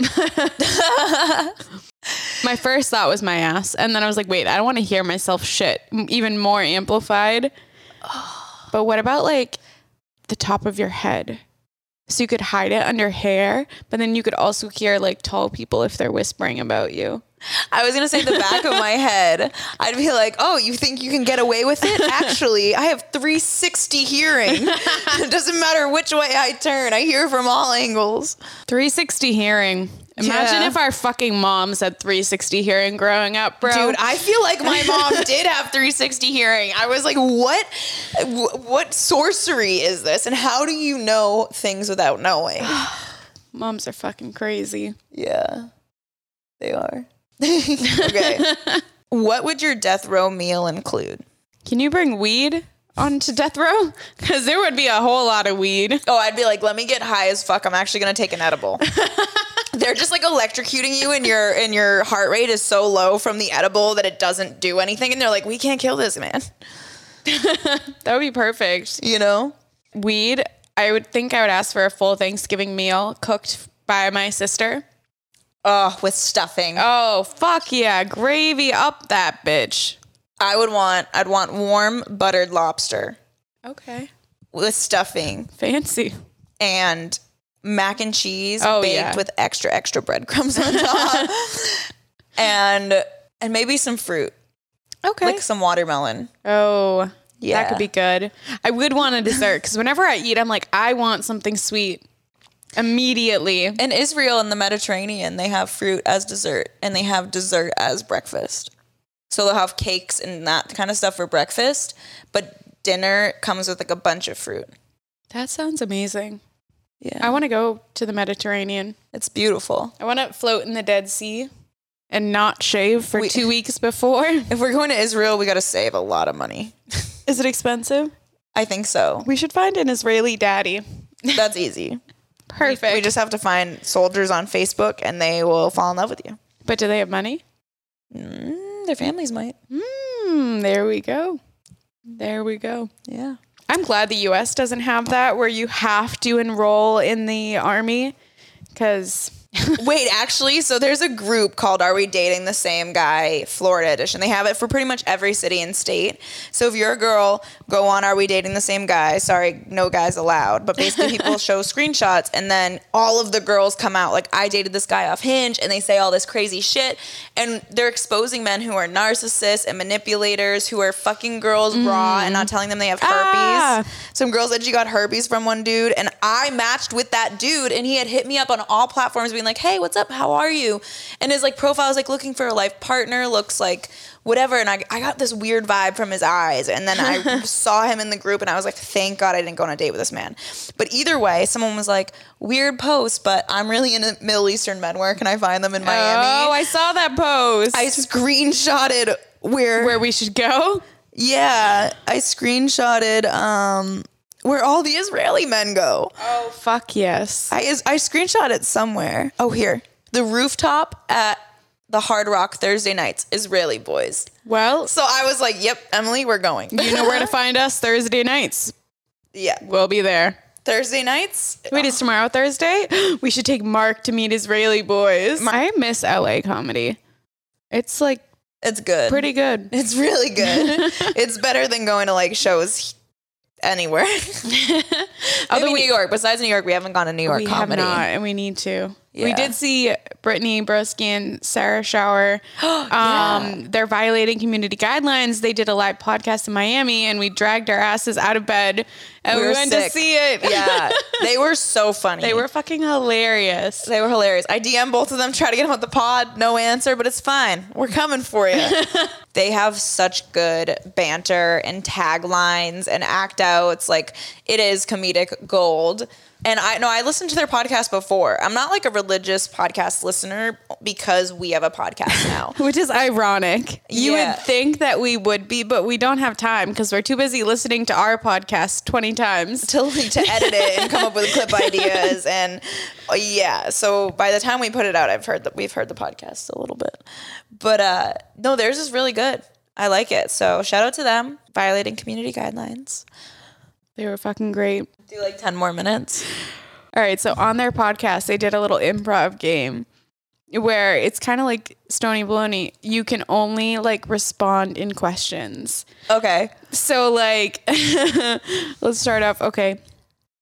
B: My first thought was my ass, and then I was like, wait, I don't want to hear myself shit m- even more amplified. But what about like the top of your head? So you could hide it under hair, but then you could also hear like tall people if they're whispering about you.
C: I was gonna say the back of my head. I'd be like, "Oh, you think you can get away with it? Actually, I have 360 hearing. it doesn't matter which way I turn. I hear from all angles."
B: 360 hearing. Imagine
C: Yeah.
B: if our fucking moms had 360 hearing growing up, bro.
C: Dude, I feel like my mom did have 360 hearing. I was like, what, wh- what sorcery is this? And how do you know things without knowing?
B: moms are fucking crazy.
C: Yeah, they are. okay. What would your death row meal include?
B: Can you bring weed onto death row? Because there would be a whole lot of weed.
C: Oh, I'd be like, let me get high as fuck. I'm actually gonna take an edible. They're just like electrocuting you, and your and your heart rate is so low from the edible that it doesn't do anything. And they're like, we can't kill this man.
B: That would be perfect.
C: You know?
B: Weed, I would think I would ask for a full Thanksgiving meal cooked by my sister.
C: Oh, with stuffing.
B: Oh, fuck yeah. Gravy up that bitch.
C: I would want. I'd want warm buttered lobster
B: Okay.
C: with stuffing
B: Fancy.
C: and mac and cheese
B: Oh,
C: baked
B: yeah.
C: with extra extra breadcrumbs on top, and and maybe some fruit,
B: Okay.
C: like some watermelon.
B: oh,
C: Yeah.
B: That could be good. I would want a dessert because whenever I eat, I'm like, I want something sweet immediately.
C: in Israel and the Mediterranean, they have fruit as dessert and they have dessert as breakfast. So they'll have cakes and that kind of stuff for breakfast, but dinner comes with like a bunch of fruit.
B: That sounds amazing.
C: Yeah.
B: I want to go to the Mediterranean.
C: It's beautiful.
B: I want to float in the Dead Sea and not shave for
C: We-
B: two weeks before.
C: If we're going to Israel, we got to save a lot of money.
B: Is it expensive?
C: I think so.
B: We should find an Israeli daddy.
C: That's easy.
B: Perfect.
C: We just have to find soldiers on Facebook and they will fall in love with you.
B: but do they have money?
C: Mm, their families might.
B: Hmm. There we go. There we go.
C: Yeah.
B: I'm glad the US doesn't have that where you have to enroll in the army because
C: Wait, actually, so there's a group called Are We Dating the Same Guy Florida Edition. They have it for pretty much every city and state. So if you're a girl, go on Are We Dating the Same Guy? Sorry, no guys allowed. But basically, people show screenshots and then all of the girls come out like, I dated this guy off Hinge and they say all this crazy shit. And they're exposing men who are narcissists and manipulators who are fucking girls raw and not telling them they have herpes.
B: Ah.
C: Some girls said she got herpes from one dude, and I matched with that dude, and he had hit me up on all platforms, being like, "Hey, what's up? How are you?" And his like profile is like looking for a life partner, looks like whatever, and I I got this weird vibe from his eyes, and then I saw him in the group, and I was like, "Thank God I didn't go on a date with this man." But either way, someone was like, "Weird post," but I'm really into Middle Eastern men work, and I find them in Miami.
B: Oh, I saw that post.
C: I screenshotted where
B: where we should go.
C: yeah, I screenshotted um where all the Israeli men go.
B: Oh fuck yes.
C: I is I screenshot it somewhere. Oh here. The rooftop at the Hard Rock Thursday nights, Israeli boys.
B: Well,
C: So I was like, Yep, Emily, we're going.
B: you know where to find us Thursday nights.
C: Yeah.
B: We'll be there.
C: Thursday nights?
B: Wait, is tomorrow Thursday? We should take Mark to meet Israeli boys. I miss LA comedy. It's like
C: It's good.
B: pretty good.
C: it's really good. it's better than going to like shows anywhere. Maybe New York. Besides New York, we haven't gone to New York
B: we
C: comedy.
B: have not, and we need to. We
C: Yeah.
B: did see Brittany Broski Sarah Shower. um, They're violating community guidelines. They did a live podcast in Miami, and we dragged our asses out of bed, and we,
C: were
B: went to
C: sick.
B: see it.
C: Yeah. They were so funny.
B: they were fucking hilarious.
C: They were hilarious. I DM both of them, try to get them on the pod, no answer, but it's fine. We're coming for you. they have such good banter and taglines and act outs. Like it is comedic gold. And I know I listened to their podcast before. I'm not like a religious podcast listener because we have a podcast now.
B: Which is ironic. You
C: Yeah.
B: would think that we would be, but we don't have time because we're too busy listening to our podcast 20 times.
C: to, to edit it and come up with clip ideas and uh, yeah so by the time we put it out i've heard that we've heard the podcast a little bit but uh no theirs is really good i like it so shout out to them violating community guidelines
B: They were fucking great.
C: do like 10 more minutes
B: All right, so on their podcast, they did a little improv game where it's kind of like Stony Baloney. You can only like respond in questions.
C: okay
B: So like, let's start off. Okay,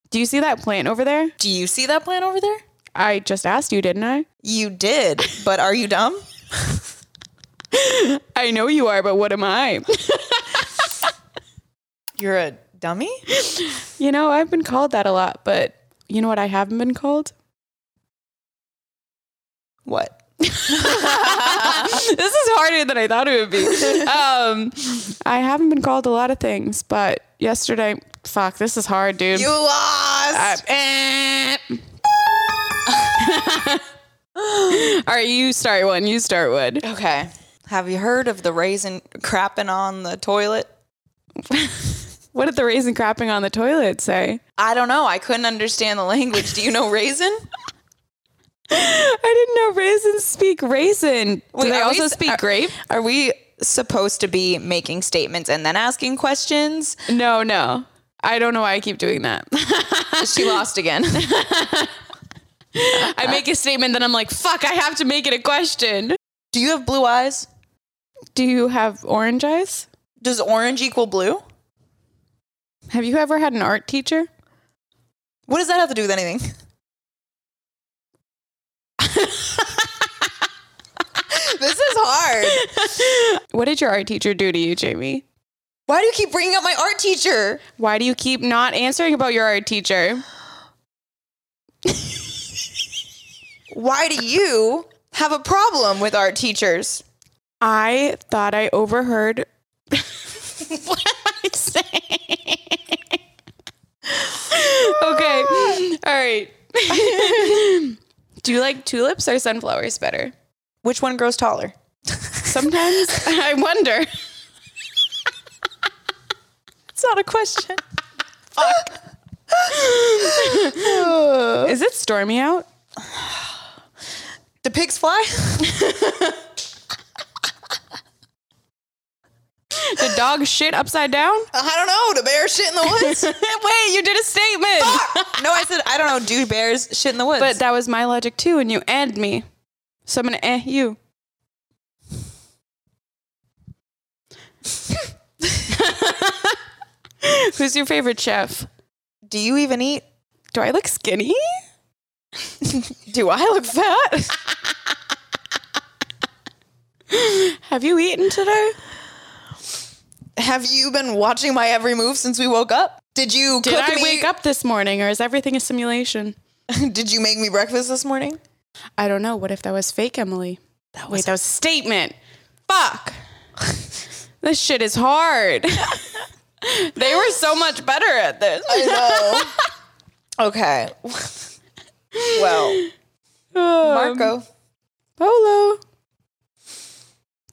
B: do you see that plant over there?
C: do you see that plant over there
B: I just asked you, didn't I?
C: you did but are you dumb
B: I know you are, but what am I?
C: you're a dummy
B: you know, I've been called that a lot, but you know what I haven't been called?
C: What?
B: this is harder than I thought it would be. Um, I haven't been called a lot of things, but yesterday, fuck, this is hard, dude.
C: You lost.
B: I- All right, you start one. You start one.
C: okay. Have you heard of the raisin crapping on the toilet?
B: What did the raisin crapping on the toilet say?
C: I don't know. I couldn't understand the language. Do you know raisin?
B: I didn't know raisins speak raisin. Do
C: Wait,
B: they
C: are we
B: also
C: s-
B: speak
C: are-
B: grape?
C: Are we supposed to be making statements and then asking questions?
B: No, no. I don't know why I keep doing that.
C: She lost again.
B: I make a statement, then I'm like, fuck, I have to make it a question.
C: Do you have blue eyes?
B: Do you have orange eyes?
C: Does orange equal blue?
B: Have you ever had an art teacher?
C: What does that have to do with anything? this is hard.
B: What did your art teacher do to you, Jamie?
C: Why do you keep bringing up my art teacher?
B: Why do you keep not answering about your art teacher?
C: Why do you have a problem with art teachers?
B: I thought I overheard. what am I saying? okay. All right. do you like tulips or sunflowers better?
C: Which one grows taller?
B: Sometimes I wonder.
C: It's not a question.
B: Is it stormy out?
C: Do pigs fly?
B: The dog shit upside down?
C: I don't know. Do bears shit in the woods?
B: Wait, you did a statement.
C: no, I said I don't know. Do bears shit in the woods?
B: But that was my logic too, and you and me. So I'm gonna eh you. Who's your favorite chef?
C: do you even eat?
B: Do I look skinny?
C: Do I look fat?
B: Have you eaten today?
C: Have you been watching my every move since we woke up? Did you
B: Did
C: cook
B: I
C: me?
B: wake up this morning or is everything a simulation?
C: Did you make me breakfast this morning?
B: I don't know. What if that was fake, Emily? That was Wait, that was a statement. Fuck. this shit is hard. they were so much better at this.
C: No. okay. well, Marco.
B: Um, Polo.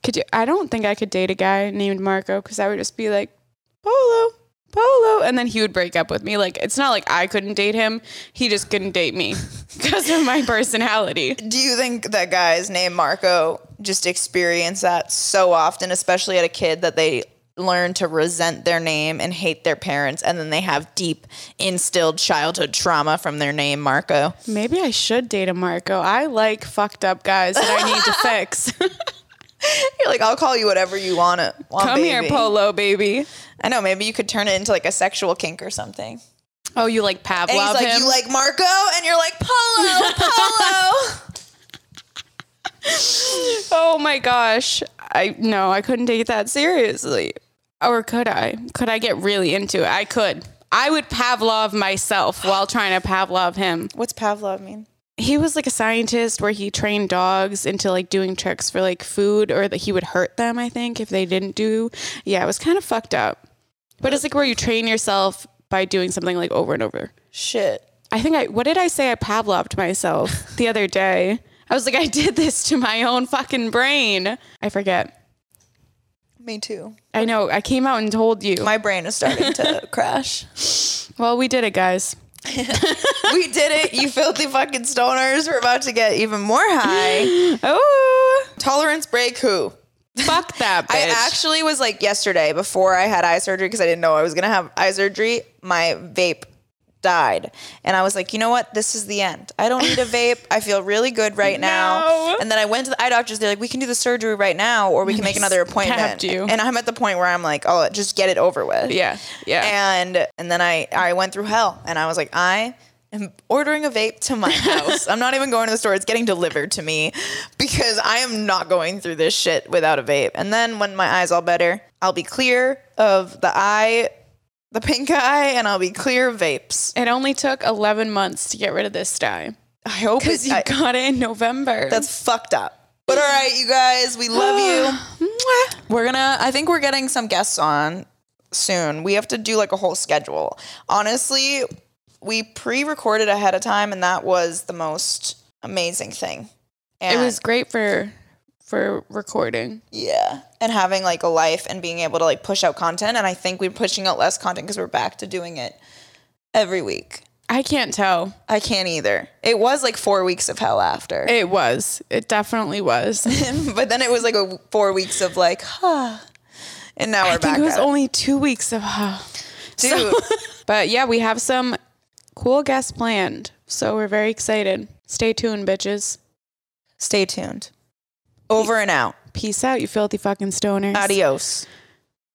B: Could you? I don't think I could date a guy named Marco because I would just be like, Polo, Polo, and then he would break up with me. Like it's not like I couldn't date him; he just couldn't date me because of my personality.
C: Do you think that guys named Marco just experience that so often, especially at a kid, that they learn to resent their name and hate their parents, and then they have deep instilled childhood trauma from their name Marco?
B: Maybe I should date a Marco. I like fucked up guys that I need to fix.
C: You're like, I'll call you whatever you want to.
B: Come here, Polo, Oh, baby.
C: I know. Maybe you could turn it into like a sexual kink or something.
B: Oh, you like Pavlov?
C: And he's like,
B: him?
C: you like Marco, and you're like Polo, Polo.
B: Oh my gosh. I no, I couldn't take it that seriously. Or could I? Could I get really into it? I could. I would Pavlov myself while trying to Pavlov him.
C: What's Pavlov mean?
B: He was like a scientist where he trained dogs into like doing tricks for like food or that he would hurt them, I think, if they didn't do. Yeah, it was kind of fucked up. But it's like where you train yourself by doing something like over and over.
C: Shit.
B: I think I what did I say I Pavloved myself the other day? I was like, I did this to my own fucking brain. I forget.
C: Me too.
B: I know. I came out and told you.
C: My brain is starting to crash.
B: well, we did it, guys.
C: We did it, you filthy fucking stoners. We're about to get even more high.
B: Oh,
C: Tolerance break who?
B: fuck that bitch.
C: I actually was like yesterday before I had eye surgery because I didn't know I was gonna have eye surgery. My vape died, and I was like, you know what? This is the end. I don't need a vape. I feel really good right now.
B: No.
C: And then I went to the eye doctors. They're like, we can do the surgery right now, or we can make another appointment.
B: stabbed you.
C: And I'm at the point where I'm like, oh, just get it over with.
B: yeah, yeah.
C: And and then I I went through hell, and I was like, I am ordering a vape to my house. I'm not even going to the store. It's getting delivered to me because I am not going through this shit without a vape. And then when my eyes all better, I'll be clear of the eye, the pink eye, and I'll be clear of vapes.
B: it only took 11 months to get rid of this dye.
C: I hope
B: because
C: it's
B: you got it in November.
C: that's fucked up. But all right, you guys, we love you.
B: Mwah.
C: We're gonna. I think we're getting some guests on soon. We have to do like a whole schedule. Honestly, we pre-recorded ahead of time, and that was the most amazing thing. And
B: it was great for for recording.
C: yeah, and having like a life and being able to like push out content. And I think we're pushing out less content because we're back to doing it every week.
B: I can't tell.
C: I can't either. It was like four weeks of hell after,
B: It was. It definitely was. I
C: but then it was like a four weeks of like, huh. And now we're
B: think
C: back.
B: it was
C: at it.
B: only two weeks of. Oh.
C: Dude,
B: But yeah, we have some cool guests planned, so we're very excited. Stay tuned, bitches.
C: stay tuned. Over and out.
B: Peace out, you filthy fucking stoners.
C: Adios.